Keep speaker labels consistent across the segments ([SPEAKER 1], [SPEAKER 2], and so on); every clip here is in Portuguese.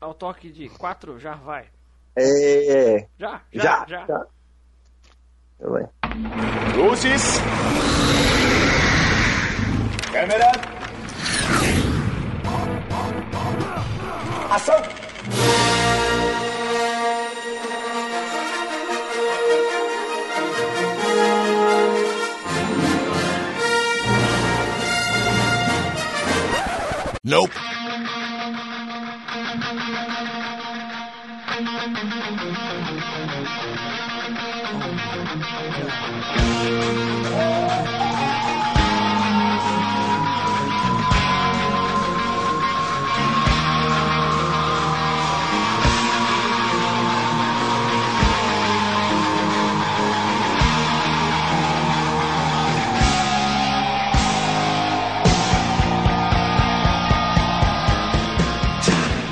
[SPEAKER 1] ao toque de quatro, já vai.
[SPEAKER 2] É, é,
[SPEAKER 1] Já, já,
[SPEAKER 2] já,
[SPEAKER 1] já.
[SPEAKER 2] já.
[SPEAKER 3] Então
[SPEAKER 2] Eu vou.
[SPEAKER 4] Luzes. Câmera. Ação.
[SPEAKER 5] Nope.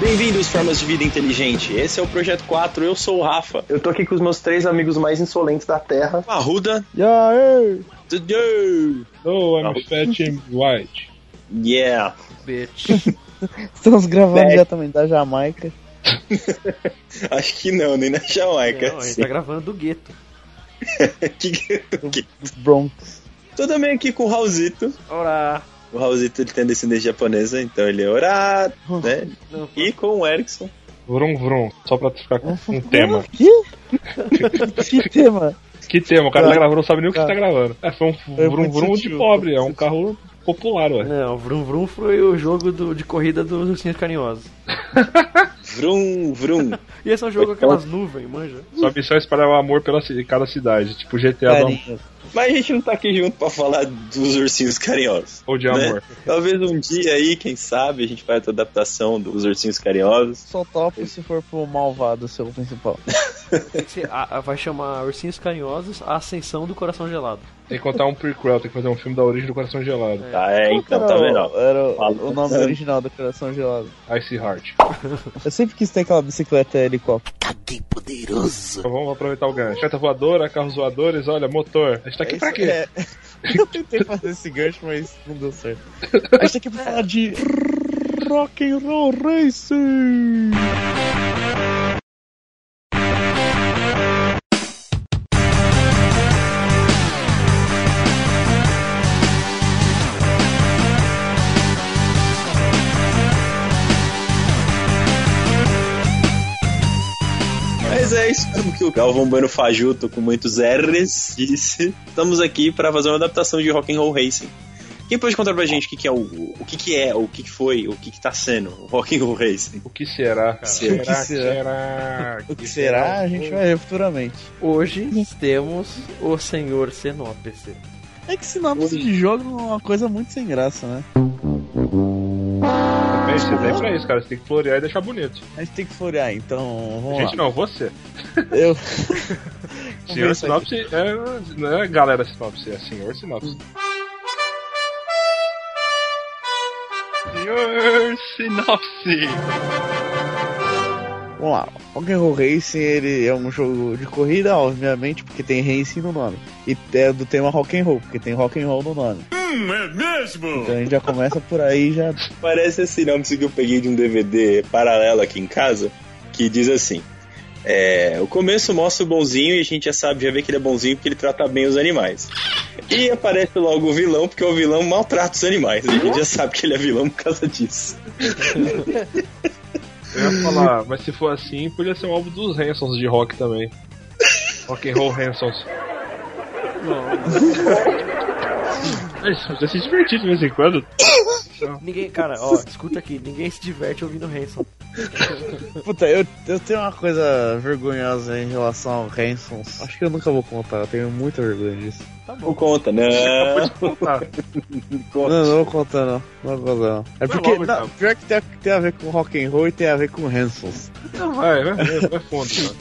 [SPEAKER 3] Bem-vindos, Formas de Vida Inteligente. Esse é o Projeto 4, eu sou o Rafa.
[SPEAKER 2] Eu tô aqui com os meus três amigos mais insolentes da Terra.
[SPEAKER 3] Arruda.
[SPEAKER 6] E aí?
[SPEAKER 3] Tudê.
[SPEAKER 7] Hello, I'm
[SPEAKER 3] Não.
[SPEAKER 7] fat and white.
[SPEAKER 3] Ah. Yeah.
[SPEAKER 1] Bitch.
[SPEAKER 6] Estamos gravando
[SPEAKER 3] Bem.
[SPEAKER 6] diretamente da Jamaica.
[SPEAKER 3] Acho que não, nem na Jamaica.
[SPEAKER 1] Não, a gente tá gravando do gueto.
[SPEAKER 3] Que- que-
[SPEAKER 6] Bronx.
[SPEAKER 3] Tô também aqui com o Raulzito.
[SPEAKER 1] Ora,
[SPEAKER 3] O Raulzito ele tem descendência japonesa, então ele é orado,
[SPEAKER 6] Oh.
[SPEAKER 3] né?
[SPEAKER 1] não,
[SPEAKER 3] E com o Erickson.
[SPEAKER 7] Vrum vrum, só pra tu ficar com um tema.
[SPEAKER 6] Que? que tema?
[SPEAKER 7] Que tema? O cara tá
[SPEAKER 6] Tá.
[SPEAKER 7] gravando, não sabe nem o que
[SPEAKER 6] Tá.
[SPEAKER 7] tá gravando. É, foi um
[SPEAKER 6] Foi
[SPEAKER 7] vrum
[SPEAKER 6] muito
[SPEAKER 7] vrum de
[SPEAKER 6] sutil,
[SPEAKER 7] pobre,
[SPEAKER 6] foi
[SPEAKER 7] é um
[SPEAKER 6] muito
[SPEAKER 7] carro popular, ué.
[SPEAKER 1] não, Vrum Vrum foi o jogo do- de corrida dos ursinhos carinhosos.
[SPEAKER 3] Vrum, vrum.
[SPEAKER 1] E esse é um jogo com aquelas nuvens, manja.
[SPEAKER 7] Sua missão é espalhar o amor pela ci- cada cidade, tipo
[SPEAKER 3] Tá
[SPEAKER 7] GTA do,
[SPEAKER 6] Carinho.
[SPEAKER 3] Mas a gente não tá aqui junto pra falar dos ursinhos carinhosos.
[SPEAKER 7] ou de
[SPEAKER 3] né?
[SPEAKER 7] amor.
[SPEAKER 3] Talvez um dia aí, quem sabe, a gente faz a adaptação dos ursinhos carinhosos.
[SPEAKER 6] Só topo se for pro malvado ser o principal.
[SPEAKER 1] Esse- a- a- vai chamar Ursinhos Carinhosos a Ascensão do Coração Gelado.
[SPEAKER 7] Tem que contar um prequel, tem que fazer um filme da origem do coração gelado.
[SPEAKER 3] Tá, é, então, tá
[SPEAKER 6] Era
[SPEAKER 3] vendo?
[SPEAKER 6] o- Era
[SPEAKER 3] Fala.
[SPEAKER 6] o, o nome original do coração gelado.
[SPEAKER 7] Ice Heart.
[SPEAKER 6] Eu sempre quis ter aquela bicicleta helicóptero.
[SPEAKER 7] Então vamos aproveitar o gancho. Carta voadora, carros voadores, olha, motor. A gente tá aqui pra quê?
[SPEAKER 6] É. Eu tentei fazer esse gancho, mas não deu certo. A gente tá aqui pra falar de Rock and Roll Racing.
[SPEAKER 3] Mas é isso mesmo que o Galvão Bueno Fajuto, com muitos R's, disse. Estamos aqui para fazer uma adaptação de Rock and Roll Racing. Quem pode contar pra gente o que, que é o, o que, que é, o que, que foi, o que, que tá sendo o Rock and Roll Racing?
[SPEAKER 7] O que será, cara?
[SPEAKER 3] Será
[SPEAKER 7] que será?
[SPEAKER 6] O que será?
[SPEAKER 3] é
[SPEAKER 6] A gente vai ver futuramente.
[SPEAKER 1] Hoje temos o Senhor Senópece.
[SPEAKER 6] É que sinopse de jogo é uma coisa muito sem graça, né?
[SPEAKER 7] Bem, você tem pra isso, cara. Você tem que florear e deixar bonito.
[SPEAKER 6] A gente tem que florear, então vamos
[SPEAKER 7] gente,
[SPEAKER 6] lá.
[SPEAKER 7] não, você.
[SPEAKER 6] Eu... ver
[SPEAKER 7] Senhor
[SPEAKER 6] isso aqui.
[SPEAKER 7] Sinopse é, não é galera Sinopse, é Senhor Sinopse. Senhor Sinopse!
[SPEAKER 6] Vamos lá. Rock and Roll Racing ele é um jogo de corrida, obviamente, porque tem racing no nome. E é do tema rock and roll, porque tem rock and roll no nome. Então a gente já começa por aí, já
[SPEAKER 3] Parece esse nome que eu peguei de um DVD paralelo aqui em casa, que diz assim: é, o começo mostra o bonzinho e a gente já sabe, já vê que ele é bonzinho porque ele trata bem os animais. E aparece logo o vilão, porque o vilão maltrata os animais. A gente já sabe que ele é vilão por causa disso.
[SPEAKER 7] Eu ia falar, mas se for assim, podia ser um álbum dos Hansons de rock também. Rock and Roll Hansons. Mas podia se divertir de vez em quando.
[SPEAKER 1] Ninguém, cara, ó, escuta aqui, ninguém se diverte ouvindo Hanson.
[SPEAKER 6] Puta, eu, eu tenho uma coisa vergonhosa em relação ao Hansons. Acho que eu nunca vou contar, eu tenho muita vergonha disso.
[SPEAKER 1] Tá
[SPEAKER 3] Não
[SPEAKER 1] bom.
[SPEAKER 3] conta, né? não.
[SPEAKER 7] Tá,
[SPEAKER 6] Não, não vou contar não, não vou contar não. É porque,
[SPEAKER 7] logo,
[SPEAKER 6] não,
[SPEAKER 7] então.
[SPEAKER 6] pior que tem, a- tem a ver com rock and roll e tem a ver com Hansons.
[SPEAKER 7] então vai, vai, vai, vai fundo. tá. Cara.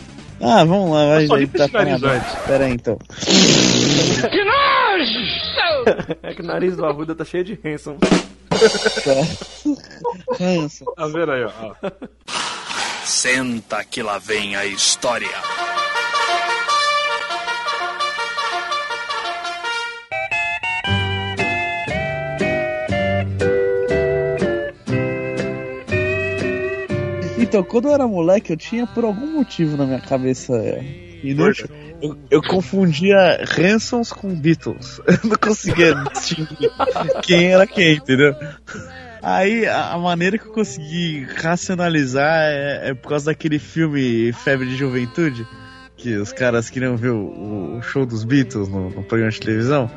[SPEAKER 6] Ah, vamos lá, vai
[SPEAKER 7] Só
[SPEAKER 6] gente,
[SPEAKER 7] ripa
[SPEAKER 6] tá
[SPEAKER 7] esse nariz
[SPEAKER 6] falando.
[SPEAKER 7] antes.
[SPEAKER 6] Pera aí então.
[SPEAKER 1] É que o nariz do Arruda tá cheio de Hanson.
[SPEAKER 6] Hanson.
[SPEAKER 7] Tá vendo aí, ó.
[SPEAKER 5] Senta que lá vem a história.
[SPEAKER 6] Então, quando eu era moleque, eu tinha por algum motivo na minha cabeça é, inútil. Eu, eu confundia Hansons com Beatles. Eu não conseguia distinguir quem era quem, entendeu? Aí a a maneira que eu consegui racionalizar é, é por causa daquele filme Febre de Juventude, que os caras queriam ver o, o show dos Beatles no, no programa de televisão.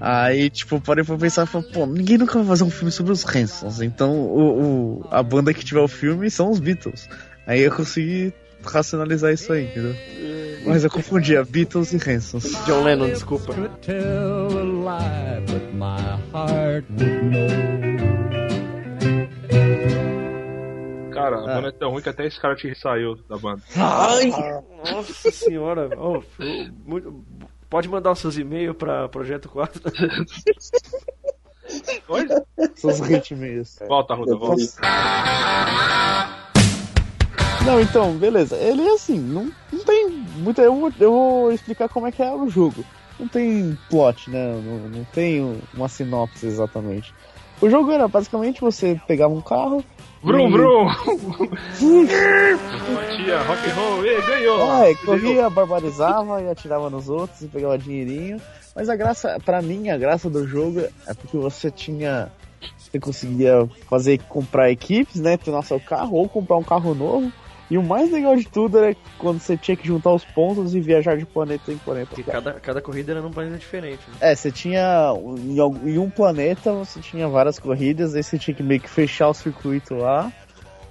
[SPEAKER 6] Aí, tipo, eu parei pra pensar e falei, pô, ninguém nunca vai fazer um filme sobre os Hansons, então o, o- a banda que tiver o filme são os Beatles. Aí eu consegui racionalizar isso aí, entendeu? Mas eu confundia Beatles e Hansons.
[SPEAKER 1] John Lennon, desculpa.
[SPEAKER 8] could tell a lie, but my heart would know.
[SPEAKER 7] Cara, a
[SPEAKER 6] Ah.
[SPEAKER 7] banda é tão ruim que até esse cara te saiu da banda.
[SPEAKER 1] Nossa senhora. Ô, muito- Pode mandar os seus e-mails pra Projeto 4.
[SPEAKER 6] Seus ritmos.
[SPEAKER 7] Volta, Ruda, volta.
[SPEAKER 3] Depois-
[SPEAKER 6] Não, então, beleza. Ele assim, não, não tem muita. Eu vou, eu vou explicar como é que é o jogo. Não tem plot, né? Não, não tem um, uma sinopse exatamente. O jogo era basicamente você pegava um carro.
[SPEAKER 7] Brum,
[SPEAKER 6] e-
[SPEAKER 7] brum! Batia, rock and roll, e ganhou!
[SPEAKER 6] É,
[SPEAKER 7] Ganhou.
[SPEAKER 6] corria, barbarizava e atirava nos outros e pegava dinheirinho. Mas a graça, pra mim, a graça do jogo é porque você tinha. Você conseguia fazer comprar equipes, né? Treinar seu carro ou comprar um carro novo. E o mais legal de tudo era quando você tinha que juntar os pontos e viajar de planeta em planeta.
[SPEAKER 1] Porque cada, cada corrida era num planeta diferente. né?
[SPEAKER 6] É, você tinha. Em, al- em um planeta você tinha várias corridas, aí você tinha que meio que fechar o circuito lá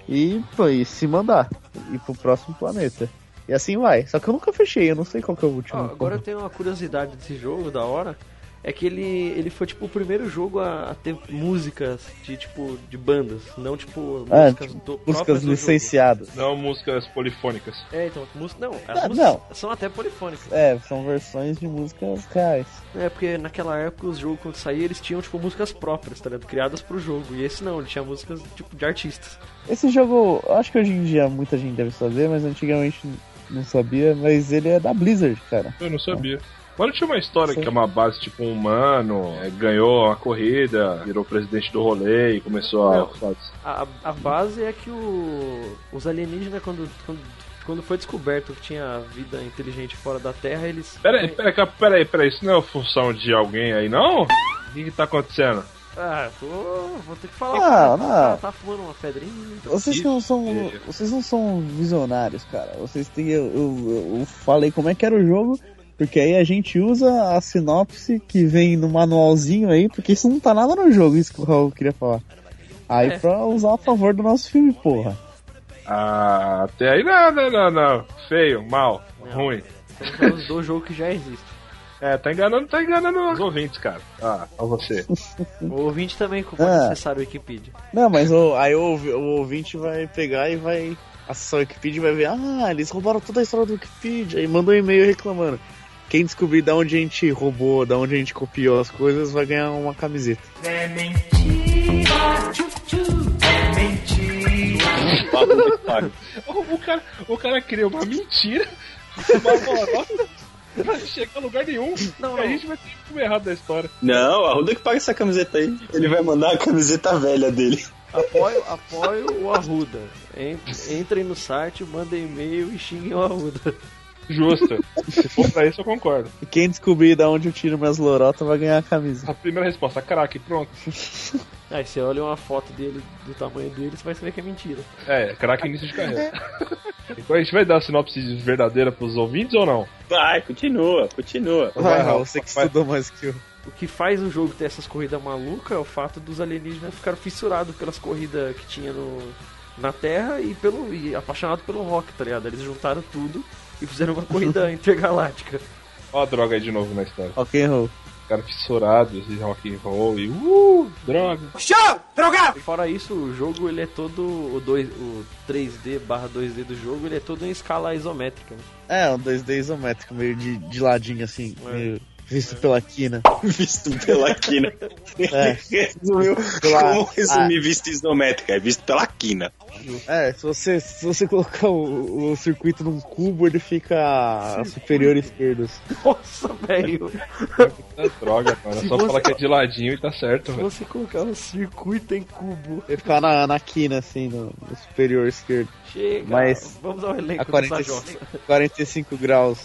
[SPEAKER 6] e, pô, e se mandar. Ir pro próximo planeta. E assim vai. Só que eu nunca fechei, eu não sei qual que é o último.
[SPEAKER 1] Ó, Ah, agora eu tenho uma curiosidade desse jogo, da hora. É que ele, ele foi tipo o primeiro jogo a, a ter músicas de tipo de bandas, não tipo
[SPEAKER 6] Ah,
[SPEAKER 1] músicas
[SPEAKER 6] tipo,
[SPEAKER 1] do, próprias
[SPEAKER 6] Músicas
[SPEAKER 1] do jogo.
[SPEAKER 6] licenciadas.
[SPEAKER 7] Não músicas polifônicas.
[SPEAKER 1] É, então, música não, as
[SPEAKER 6] Ah,
[SPEAKER 1] músicas são até polifônicas.
[SPEAKER 6] É, são versões de músicas reais.
[SPEAKER 1] É, porque naquela época os jogos quando saía eles tinham tipo músicas próprias, tá ligado? Criadas pro jogo. E esse não, ele tinha músicas tipo de artistas.
[SPEAKER 6] Esse jogo, eu acho que hoje em dia muita gente deve saber, mas antigamente não sabia, mas ele é da Blizzard, cara.
[SPEAKER 7] Eu não sabia. Mas não tinha uma história
[SPEAKER 6] Sim.
[SPEAKER 7] que é uma base tipo um humano, é, ganhou a corrida, virou presidente do rolê e começou a.
[SPEAKER 1] A, a base é que o, os alienígenas quando, quando quando foi descoberto que tinha vida inteligente fora da Terra, eles
[SPEAKER 7] Pera aí, pera aí, pera aí, pera aí, isso não é função de alguém aí não? O que, que tá acontecendo?
[SPEAKER 1] Ah, tô. Vou ter que falar.
[SPEAKER 6] Não,
[SPEAKER 1] cara.
[SPEAKER 6] Ah, não.
[SPEAKER 1] Tá, tá fumando uma pedrinha. então,
[SPEAKER 6] Vocês não são.
[SPEAKER 7] Isso.
[SPEAKER 6] Vocês não são visionários, cara. Vocês têm. Eu, eu, eu falei como é que era o jogo, porque aí a gente usa a sinopse que vem no manualzinho aí, porque isso não tá nada no jogo, isso que o Raul queria falar. Aí
[SPEAKER 1] É.
[SPEAKER 6] pra usar a favor do nosso filme, porra.
[SPEAKER 7] Ah, até aí não, não, não, não. Feio, mal,
[SPEAKER 1] Não.
[SPEAKER 7] ruim.
[SPEAKER 1] Estamos falando então do jogo que já existe.
[SPEAKER 7] É, tá enganando, tá enganando os ouvintes, cara. Ah, ó você.
[SPEAKER 1] O ouvinte também pode
[SPEAKER 6] Ah.
[SPEAKER 1] acessar o Wikipedia.
[SPEAKER 6] Não, mas o, aí o, ouvi- o ouvinte vai pegar e vai acessar o Wikipedia e vai ver, ah, eles roubaram toda a história do Wikipedia. E manda um e-mail reclamando. Quem descobrir da onde a gente roubou, da onde a gente copiou as coisas, vai ganhar uma camiseta.
[SPEAKER 3] Papo de otário.
[SPEAKER 7] O, o cara, o cara criou uma mentira, uma bolota, pra chegar a lugar nenhum.
[SPEAKER 1] Não,
[SPEAKER 7] A
[SPEAKER 1] não.
[SPEAKER 7] gente vai ter que comer errado da história.
[SPEAKER 3] Não, a Ruda que paga essa camiseta aí. Ele vai mandar a camiseta velha dele.
[SPEAKER 1] Apoio, apoio o Arruda. En- Entrem no site, mandem e-mail e xinguem o Arruda.
[SPEAKER 7] Justo. Se for pra isso, eu concordo.
[SPEAKER 6] E quem descobrir da onde eu tiro minhas lorotas vai ganhar a camisa.
[SPEAKER 7] A primeira resposta, craque, pronto.
[SPEAKER 1] Aí você olha uma foto dele, do tamanho dele, você vai saber que é mentira.
[SPEAKER 7] É, craque início de carreira.
[SPEAKER 1] É.
[SPEAKER 7] Então a gente vai dar a sinopse verdadeira pros ouvintes ou não?
[SPEAKER 3] Vai, continua, continua.
[SPEAKER 6] Vai,
[SPEAKER 7] Raul,
[SPEAKER 6] Raul, você que
[SPEAKER 7] vai.
[SPEAKER 6] estudou mais que eu.
[SPEAKER 1] O que faz o jogo ter essas corridas malucas é o fato dos alienígenas ficarem fissurados pelas corridas que tinha no, na Terra e, pelo, e apaixonado pelo rock, tá ligado? Eles juntaram tudo e fizeram uma corrida intergaláctica.
[SPEAKER 7] Ó a droga aí de novo na história.
[SPEAKER 6] Ok, Raul.
[SPEAKER 7] Cara fissurado, esse rock and roll e uh, droga.
[SPEAKER 1] Fora isso, o jogo ele é todo o, 2, o 3D barra 2D do jogo, ele é todo em escala isométrica. né?
[SPEAKER 6] É, um 2D isométrico, meio de, de ladinho assim.
[SPEAKER 1] É.
[SPEAKER 6] meio- visto pela quina.
[SPEAKER 3] Visto pela quina.
[SPEAKER 6] É.
[SPEAKER 3] Resumiu.
[SPEAKER 6] Pela-
[SPEAKER 3] Como
[SPEAKER 1] Ah,
[SPEAKER 3] resumir vista isométrica? É visto pela quina.
[SPEAKER 6] É, se você, se você colocar o, o circuito num cubo, ele fica superior esquerdo. assim.
[SPEAKER 1] Nossa, velho.
[SPEAKER 7] É droga, cara.
[SPEAKER 1] Se
[SPEAKER 7] Só
[SPEAKER 1] você-
[SPEAKER 7] falar que é de ladinho e tá certo, velho.
[SPEAKER 1] Você colocar um circuito em cubo.
[SPEAKER 6] Ele fica na, na quina, assim, no, no superior esquerdo.
[SPEAKER 1] Chega.
[SPEAKER 6] Mas-
[SPEAKER 1] Vamos ao elenco
[SPEAKER 6] A
[SPEAKER 1] do
[SPEAKER 6] 45,
[SPEAKER 1] Sajosa.
[SPEAKER 6] 45 graus.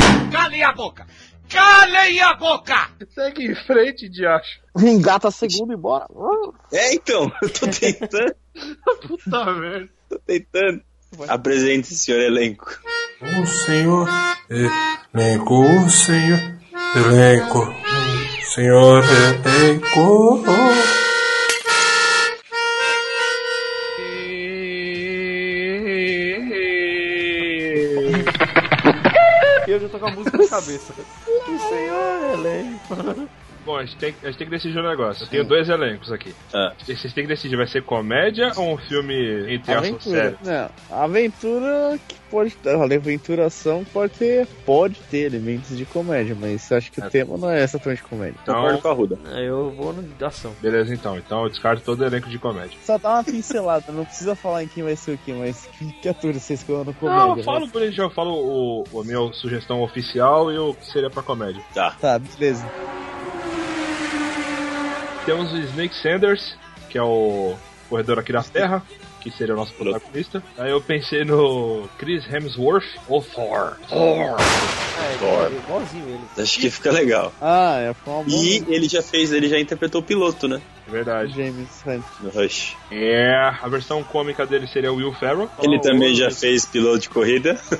[SPEAKER 7] Segue em frente, diacho.
[SPEAKER 6] Engata segundo e bora.
[SPEAKER 3] É, então. Eu tô tentando.
[SPEAKER 7] Puta merda.
[SPEAKER 3] Tô tentando. Apresente, senhor elenco.
[SPEAKER 9] O senhor elenco, o senhor elenco, o senhor é elenco.
[SPEAKER 1] Eu já tô com a música na cabeça. Que senhor, elenco.
[SPEAKER 7] Bom, a gente, tem, a gente tem que decidir um negócio. Eu tenho dois elencos aqui.
[SPEAKER 3] Ah.
[SPEAKER 7] E Vocês têm que decidir, vai ser comédia ou um filme entre aspas
[SPEAKER 6] Aventura.
[SPEAKER 7] sério?
[SPEAKER 6] Não, aventura que pode ter. olha, Aventuração pode ter, pode ter elementos de comédia, mas eu acho que o tema não é exatamente comédia.
[SPEAKER 3] Concordo
[SPEAKER 7] Então,
[SPEAKER 3] com a Ruda.
[SPEAKER 1] Eu vou no ação.
[SPEAKER 7] beleza então. Então eu descarto todo elenco de comédia.
[SPEAKER 6] Só dá uma pincelada, não precisa falar em quem vai ser o que, mas que criatura vocês escolheu no comédia. né?
[SPEAKER 7] Não, um eu falo por aí, já, eu falo o, a minha sugestão oficial e o que seria pra comédia.
[SPEAKER 3] Tá.
[SPEAKER 6] Tá, beleza.
[SPEAKER 7] Temos o Snake Sanders, que é o corredor aqui da Terra, que seria o nosso protagonista. Aí eu pensei no Chris Hemsworth ou Thor.
[SPEAKER 1] É,
[SPEAKER 3] Bora.
[SPEAKER 1] ele- igualzinho ele.
[SPEAKER 3] Acho que fica legal.
[SPEAKER 6] Ah, é foi uma
[SPEAKER 3] E
[SPEAKER 6] bomba.
[SPEAKER 3] ele já fez, ele já interpretou o piloto, né?
[SPEAKER 7] É verdade.
[SPEAKER 6] James Hunt.
[SPEAKER 3] No Rush.
[SPEAKER 7] É, a versão cômica dele seria o Will Ferrell.
[SPEAKER 3] Ele também já
[SPEAKER 7] fez.
[SPEAKER 3] fez piloto de corrida.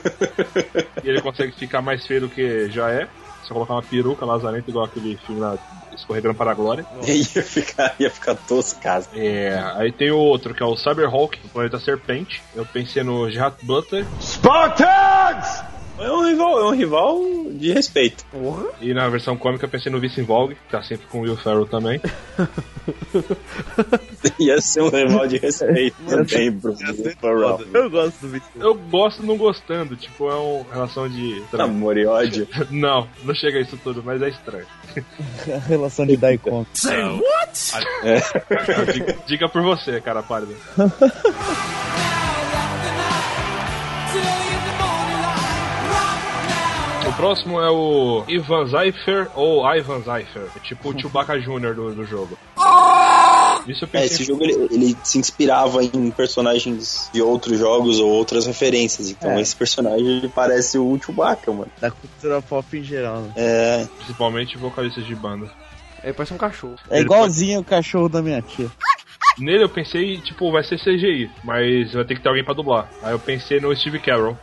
[SPEAKER 7] E ele consegue ficar mais feio do que já é. Só colocar uma peruca lazarenta, igual aquele filme lá, Escorregando para a Glória.
[SPEAKER 3] ia ficar, ia ficar toscaço.
[SPEAKER 7] É, aí tem o outro, que é o Cyberhawk, o planeta serpente. Eu pensei no Gerard Butler.
[SPEAKER 4] Spartans!
[SPEAKER 3] É um rival, é um rival de respeito.
[SPEAKER 1] Porra.
[SPEAKER 7] E na versão cômica eu pensei no Vice Vogue, que tá sempre com o Will Ferrell também.
[SPEAKER 3] Ia ser um rival de respeito também, Bruno. Burrow.
[SPEAKER 6] Eu gosto do Victor.
[SPEAKER 7] Eu gosto não gostando, tipo, é uma relação de...
[SPEAKER 3] Amor e ódio.
[SPEAKER 7] Não, não chega a isso tudo, mas é estranho.
[SPEAKER 6] A relação de Daikon.
[SPEAKER 7] diga, diga por você, cara pálida. O próximo é o Ivan Zaifer ou Ivan Zaifer. É tipo o Chewbacca Jr. do, do jogo. Isso eu
[SPEAKER 3] É,
[SPEAKER 7] pensei.
[SPEAKER 3] esse jogo ele, ele se inspirava em personagens de outros jogos ou outras referências. Então
[SPEAKER 6] É.
[SPEAKER 3] esse personagem ele parece o Chewbacca, mano.
[SPEAKER 6] Da cultura pop em geral. né?
[SPEAKER 3] É,
[SPEAKER 7] Principalmente vocalistas de banda.
[SPEAKER 1] Ele parece um cachorro.
[SPEAKER 6] É igualzinho o cachorro da minha tia.
[SPEAKER 7] Nele eu pensei, tipo, vai ser CGI, mas vai ter que ter alguém pra dublar. Aí eu pensei no Steve Carroll.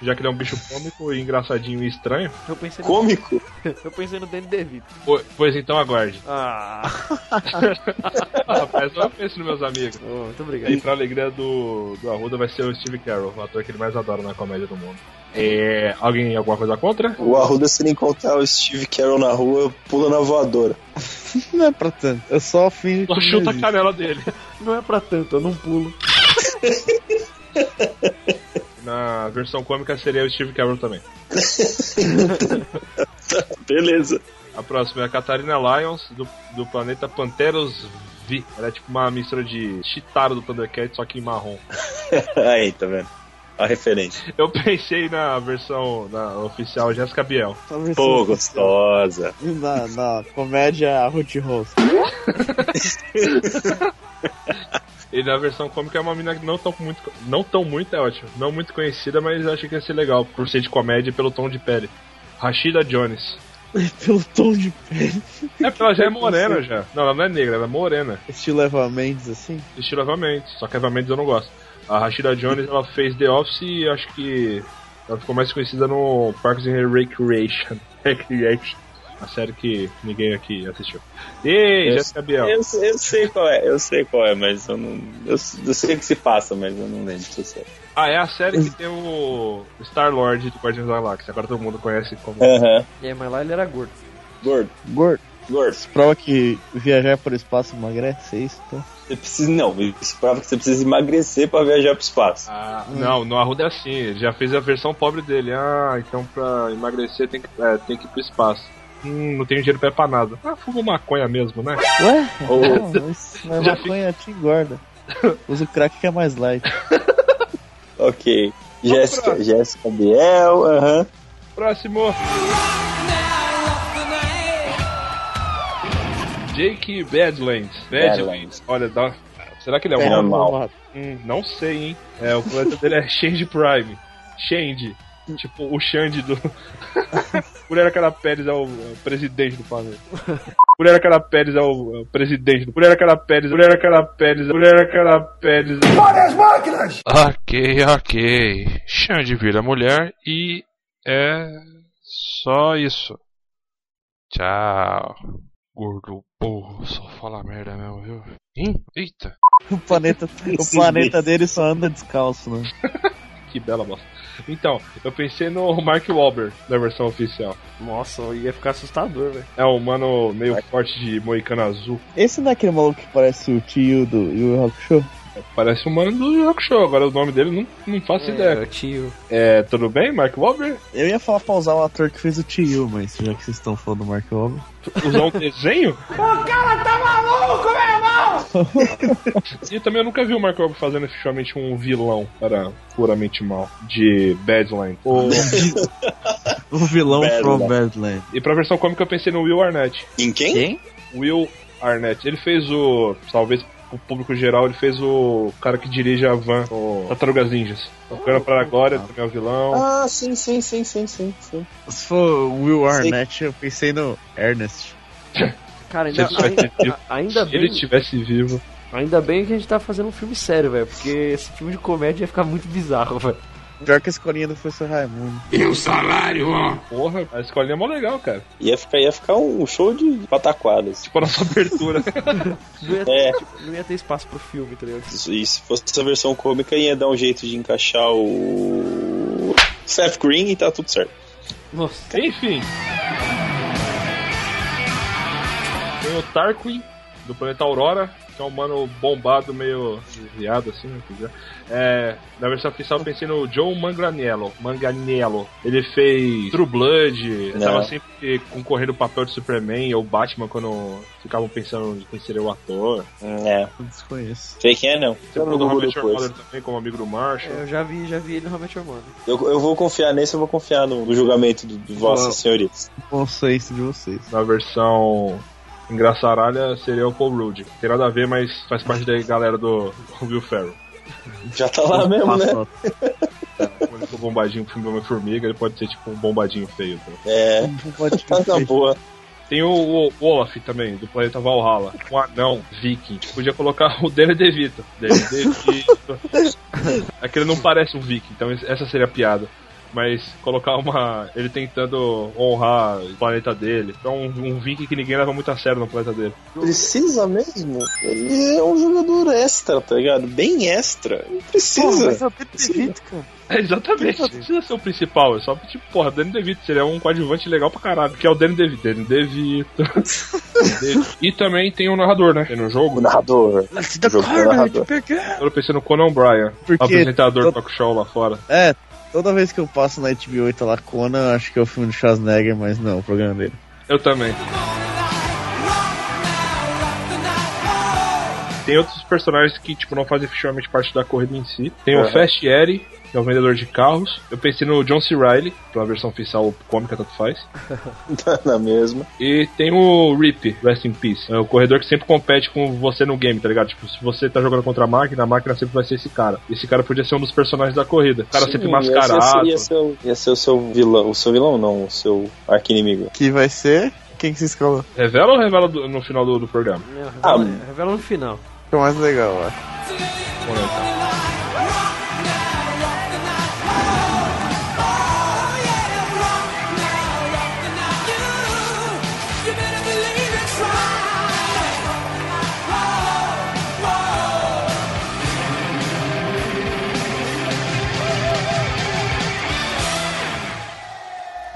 [SPEAKER 7] Já que ele é um bicho cômico e engraçadinho e estranho.
[SPEAKER 1] Eu pensei no,
[SPEAKER 3] cômico.
[SPEAKER 1] eu pensei no Danny DeVito.
[SPEAKER 7] Po- Pois então aguarde.
[SPEAKER 1] Ah,
[SPEAKER 7] Rapaz, eu penso nos meus amigos.
[SPEAKER 1] oh, muito
[SPEAKER 7] E
[SPEAKER 1] obrigado.
[SPEAKER 7] pra alegria do, do Arruda vai ser o Steve Carroll, o ator que ele mais adora na comédia do mundo. É, alguém alguma coisa contra?
[SPEAKER 3] O Arruda, se ele encontrar o Steve Carell na rua, pula na voadora.
[SPEAKER 6] Não é pra tanto. Eu só finjo que.
[SPEAKER 7] Só
[SPEAKER 6] não
[SPEAKER 7] chuta a
[SPEAKER 6] existe.
[SPEAKER 7] canela dele.
[SPEAKER 1] Não é pra tanto, eu não pulo.
[SPEAKER 7] Na versão cômica seria o Steve Carroll também.
[SPEAKER 3] Beleza.
[SPEAKER 7] A próxima é a Catarina Lyons, do, do planeta Panteros V. Ela é tipo uma mistura de Chitaro do Thundercat, só que em marrom.
[SPEAKER 3] Aí, tá vendo? A referência.
[SPEAKER 7] Eu pensei na versão na oficial Jessica Biel.
[SPEAKER 6] Talvez
[SPEAKER 3] Pô,
[SPEAKER 6] seja-
[SPEAKER 3] gostosa.
[SPEAKER 6] Na, na comédia Ruth Rose.
[SPEAKER 7] E na versão cômica é uma mina que não tão muito. Não tão muito, é ótimo. Não muito conhecida, mas eu achei que ia ser legal, por ser de comédia e pelo tom de pele. Rashida Jones.
[SPEAKER 6] Pelo tom de pele.
[SPEAKER 7] É porque ela já é morena já. Não, ela não é negra, ela é morena.
[SPEAKER 6] Estilo Eva Mendes, assim.
[SPEAKER 7] Estilo Eva Mendes, só que Eva Mendes eu não gosto. A Rashida Jones, ela fez The Office e acho que ela ficou mais conhecida no Parks and Recreation. Recreation. A série que ninguém aqui assistiu. Ei,
[SPEAKER 3] Eu-
[SPEAKER 7] Jessica Biel.
[SPEAKER 3] Eu, eu sei qual é, eu sei qual é, mas eu não. Eu, eu sei o que se passa, mas eu não lembro se eu sei.
[SPEAKER 7] Ah, é a série que tem o Star-Lord do Guardiões da Galáxia. Agora todo mundo conhece como...
[SPEAKER 3] Aham.
[SPEAKER 1] É, mas lá ele era gordo.
[SPEAKER 3] Gordo,
[SPEAKER 6] Gordo.
[SPEAKER 3] gordo.
[SPEAKER 6] Prova que viajar por espaço emagrece, é isso? Então.
[SPEAKER 3] Você precisa. Não, isso prova que você precisa emagrecer pra viajar pro espaço.
[SPEAKER 7] Ah, não, no Arruda é assim, ele já fez a versão pobre dele. Ah, então pra emagrecer tem que, é, tem que ir pro espaço. Hum, não tenho dinheiro pra ir pra nada. Ah, fuma maconha mesmo, né?
[SPEAKER 6] Ué?
[SPEAKER 3] Ô.
[SPEAKER 6] Não, isso não é
[SPEAKER 7] Já
[SPEAKER 6] maconha te engorda. Usa o crack que é mais light.
[SPEAKER 3] Ok. Jéssica, Jéssica Biel, aham.
[SPEAKER 7] Próximo. Jake Badlands.
[SPEAKER 3] Badlands.
[SPEAKER 7] Olha, dá. Será que ele é um
[SPEAKER 3] É,
[SPEAKER 7] homem?
[SPEAKER 3] mal.
[SPEAKER 7] Hum, não sei, hein? É, o planeta dele é Change Prime. Change. Tipo, o Xande do. Mulher Cara Pérez é o, é o presidente do planeta. Mulher Cara Pérez é o, é o presidente do. Mulher Cara Pérez. Mulher Cara Pérez. Mulher Cara Pérez.
[SPEAKER 10] Ok, ok. Xande vira mulher e é só isso. Tchau. Gordo burro, só fala merda mesmo, viu? Hein? Eita.
[SPEAKER 6] O planeta, o planeta dele só anda descalço, né?
[SPEAKER 7] Que bela bosta. Então, eu pensei no Mark Wahlberg na versão oficial.
[SPEAKER 1] Nossa, ia ficar assustador, velho.
[SPEAKER 7] É um mano meio forte de moicano azul.
[SPEAKER 6] Esse não é aquele maluco que parece o tio do Yu Rock Show?
[SPEAKER 7] Parece um mano do Rock Show, agora o nome dele não, não faço ideia.
[SPEAKER 1] É, tio.
[SPEAKER 7] É, tudo bem, Mark Wahlberg?
[SPEAKER 6] Eu ia falar pra usar o ator que fez o tio, mas já que vocês estão falando do Mark Wahlberg...
[SPEAKER 7] Usar um desenho? E também eu nunca vi o Mark Wahlberg fazendo efetivamente um vilão para puramente mal de Badlands. O-
[SPEAKER 6] O vilão
[SPEAKER 3] Badland.
[SPEAKER 6] from Badland.
[SPEAKER 7] e pra versão cômica eu pensei no Will Arnett.
[SPEAKER 3] Em quem?
[SPEAKER 7] Will Arnett, ele fez o. Talvez pro público geral, ele fez o cara que dirige a van, o Tartarugas Ninjas. O cara para agora, também é o vilão.
[SPEAKER 2] Ah, sim, sim, sim, sim, sim. sim.
[SPEAKER 6] Se for Will
[SPEAKER 2] Sei.
[SPEAKER 6] Arnett, eu pensei no Ernest.
[SPEAKER 1] Cara, ainda,
[SPEAKER 7] Você
[SPEAKER 1] ainda,
[SPEAKER 7] vai-
[SPEAKER 1] ainda
[SPEAKER 7] Se ele tipo-
[SPEAKER 1] bem,
[SPEAKER 7] estivesse vivo.
[SPEAKER 1] ainda bem que a gente tá fazendo um filme sério, velho. Porque esse filme de comédia ia ficar muito bizarro, velho.
[SPEAKER 6] Pior que a escolinha do professor Raimundo.
[SPEAKER 7] Porra, a escolinha é mó legal, cara.
[SPEAKER 3] Ia ficar, ia ficar um show de pataquadas.
[SPEAKER 7] Tipo a nossa abertura.
[SPEAKER 1] Não ia,
[SPEAKER 3] É.
[SPEAKER 1] tipo, não ia ter espaço pro filme, tá ligado?
[SPEAKER 3] E se fosse essa versão cômica, ia dar um jeito de encaixar o. Seth Green e tá tudo certo.
[SPEAKER 1] Nossa,
[SPEAKER 7] Enfim. Tem o Tarquin, do planeta Aurora, que é um mano bombado, meio viado assim, né? quiser. É, na versão oficial eu pensei no John Manganiello. Manganiello. Ele fez True Blood,
[SPEAKER 3] Não.
[SPEAKER 7] tava sempre concorrendo o papel de Superman ou Batman quando ficavam pensando em quem seria o ator.
[SPEAKER 3] É,
[SPEAKER 6] Eu desconheço.
[SPEAKER 3] sei quem é não.
[SPEAKER 7] Você
[SPEAKER 3] Eu, não
[SPEAKER 7] do
[SPEAKER 3] vou
[SPEAKER 7] Robert
[SPEAKER 3] depois.
[SPEAKER 7] Mother também, como amigo do Marshall.
[SPEAKER 1] É, eu já vi, já vi ele no Robert Mano.
[SPEAKER 3] Eu, eu vou confiar nesse, eu vou confiar no, no julgamento do, do Vossa
[SPEAKER 6] Não.
[SPEAKER 3] Senhoria.
[SPEAKER 6] Conceito de vocês.
[SPEAKER 7] na versão engraçaralha seria o Paul Rudd. Tem nada a ver, mas faz parte da galera do Will Ferrell.
[SPEAKER 3] Já tá lá mesmo, né?
[SPEAKER 6] Passa-
[SPEAKER 7] Quando ele for bombadinho pro filme do Homem-Formiga, ele pode ser tipo um bombadinho feio. tá?
[SPEAKER 3] É,
[SPEAKER 6] Pode
[SPEAKER 3] tá na boa.
[SPEAKER 7] Tem o, o Olaf também, do planeta Valhalla. Um anão viking. Tipo, Podia colocar o Danny DeVito. Danny DeVito. é que ele não parece um viking, então essa seria a piada. Mas colocar uma. ele tentando honrar o planeta dele. Então um, um viking que ninguém leva muito a sério no planeta dele.
[SPEAKER 3] Precisa mesmo? Ele é um jogador extra, tá ligado? Bem extra. Não precisa.
[SPEAKER 7] É, exatamente. Não precisa ser o principal, é só tipo, porra, Danny DeVito seria um coadjuvante legal pra caralho, que é o Danny DeVito. Danny DeVito. e também tem o narrador, né? Tem no
[SPEAKER 3] O
[SPEAKER 7] jogo,
[SPEAKER 3] narrador. O jogo do narrador.
[SPEAKER 7] eu pensei no Conan Bryan,
[SPEAKER 6] Porque
[SPEAKER 7] apresentador do
[SPEAKER 6] todo-
[SPEAKER 7] talk show lá fora.
[SPEAKER 6] É, toda vez que eu passo na HBO e tá lá Conan, eu acho que é o filme do Schwarzenegger, mas não, é o programa dele.
[SPEAKER 7] Eu também. Tem outros personagens que, tipo, não fazem oficialmente parte da corrida em si. Tem o
[SPEAKER 3] Aham.
[SPEAKER 7] Fast Eri, que é o vendedor de carros. Eu pensei no John C. Reilly, pela versão oficial cômica, tanto faz.
[SPEAKER 3] Tá na mesma.
[SPEAKER 7] E tem o Rip, Rest in Peace. É o corredor que sempre compete com você no game, tá ligado? Tipo, se você tá jogando contra a máquina, a máquina sempre vai ser esse cara. Esse cara podia ser um dos personagens da corrida. O cara
[SPEAKER 3] Sim,
[SPEAKER 7] sempre mascarado.
[SPEAKER 3] Ia ser, ia, ser, o- ia ser o seu vilão. O seu vilão não, o seu arqui-inimigo.
[SPEAKER 6] Que vai ser... Quem que se escala?
[SPEAKER 7] Revela ou revela do- no final do, do programa?
[SPEAKER 1] Não, É, revela,
[SPEAKER 3] Ah,
[SPEAKER 1] revela no final.
[SPEAKER 6] Que é o mais legal, eu acho.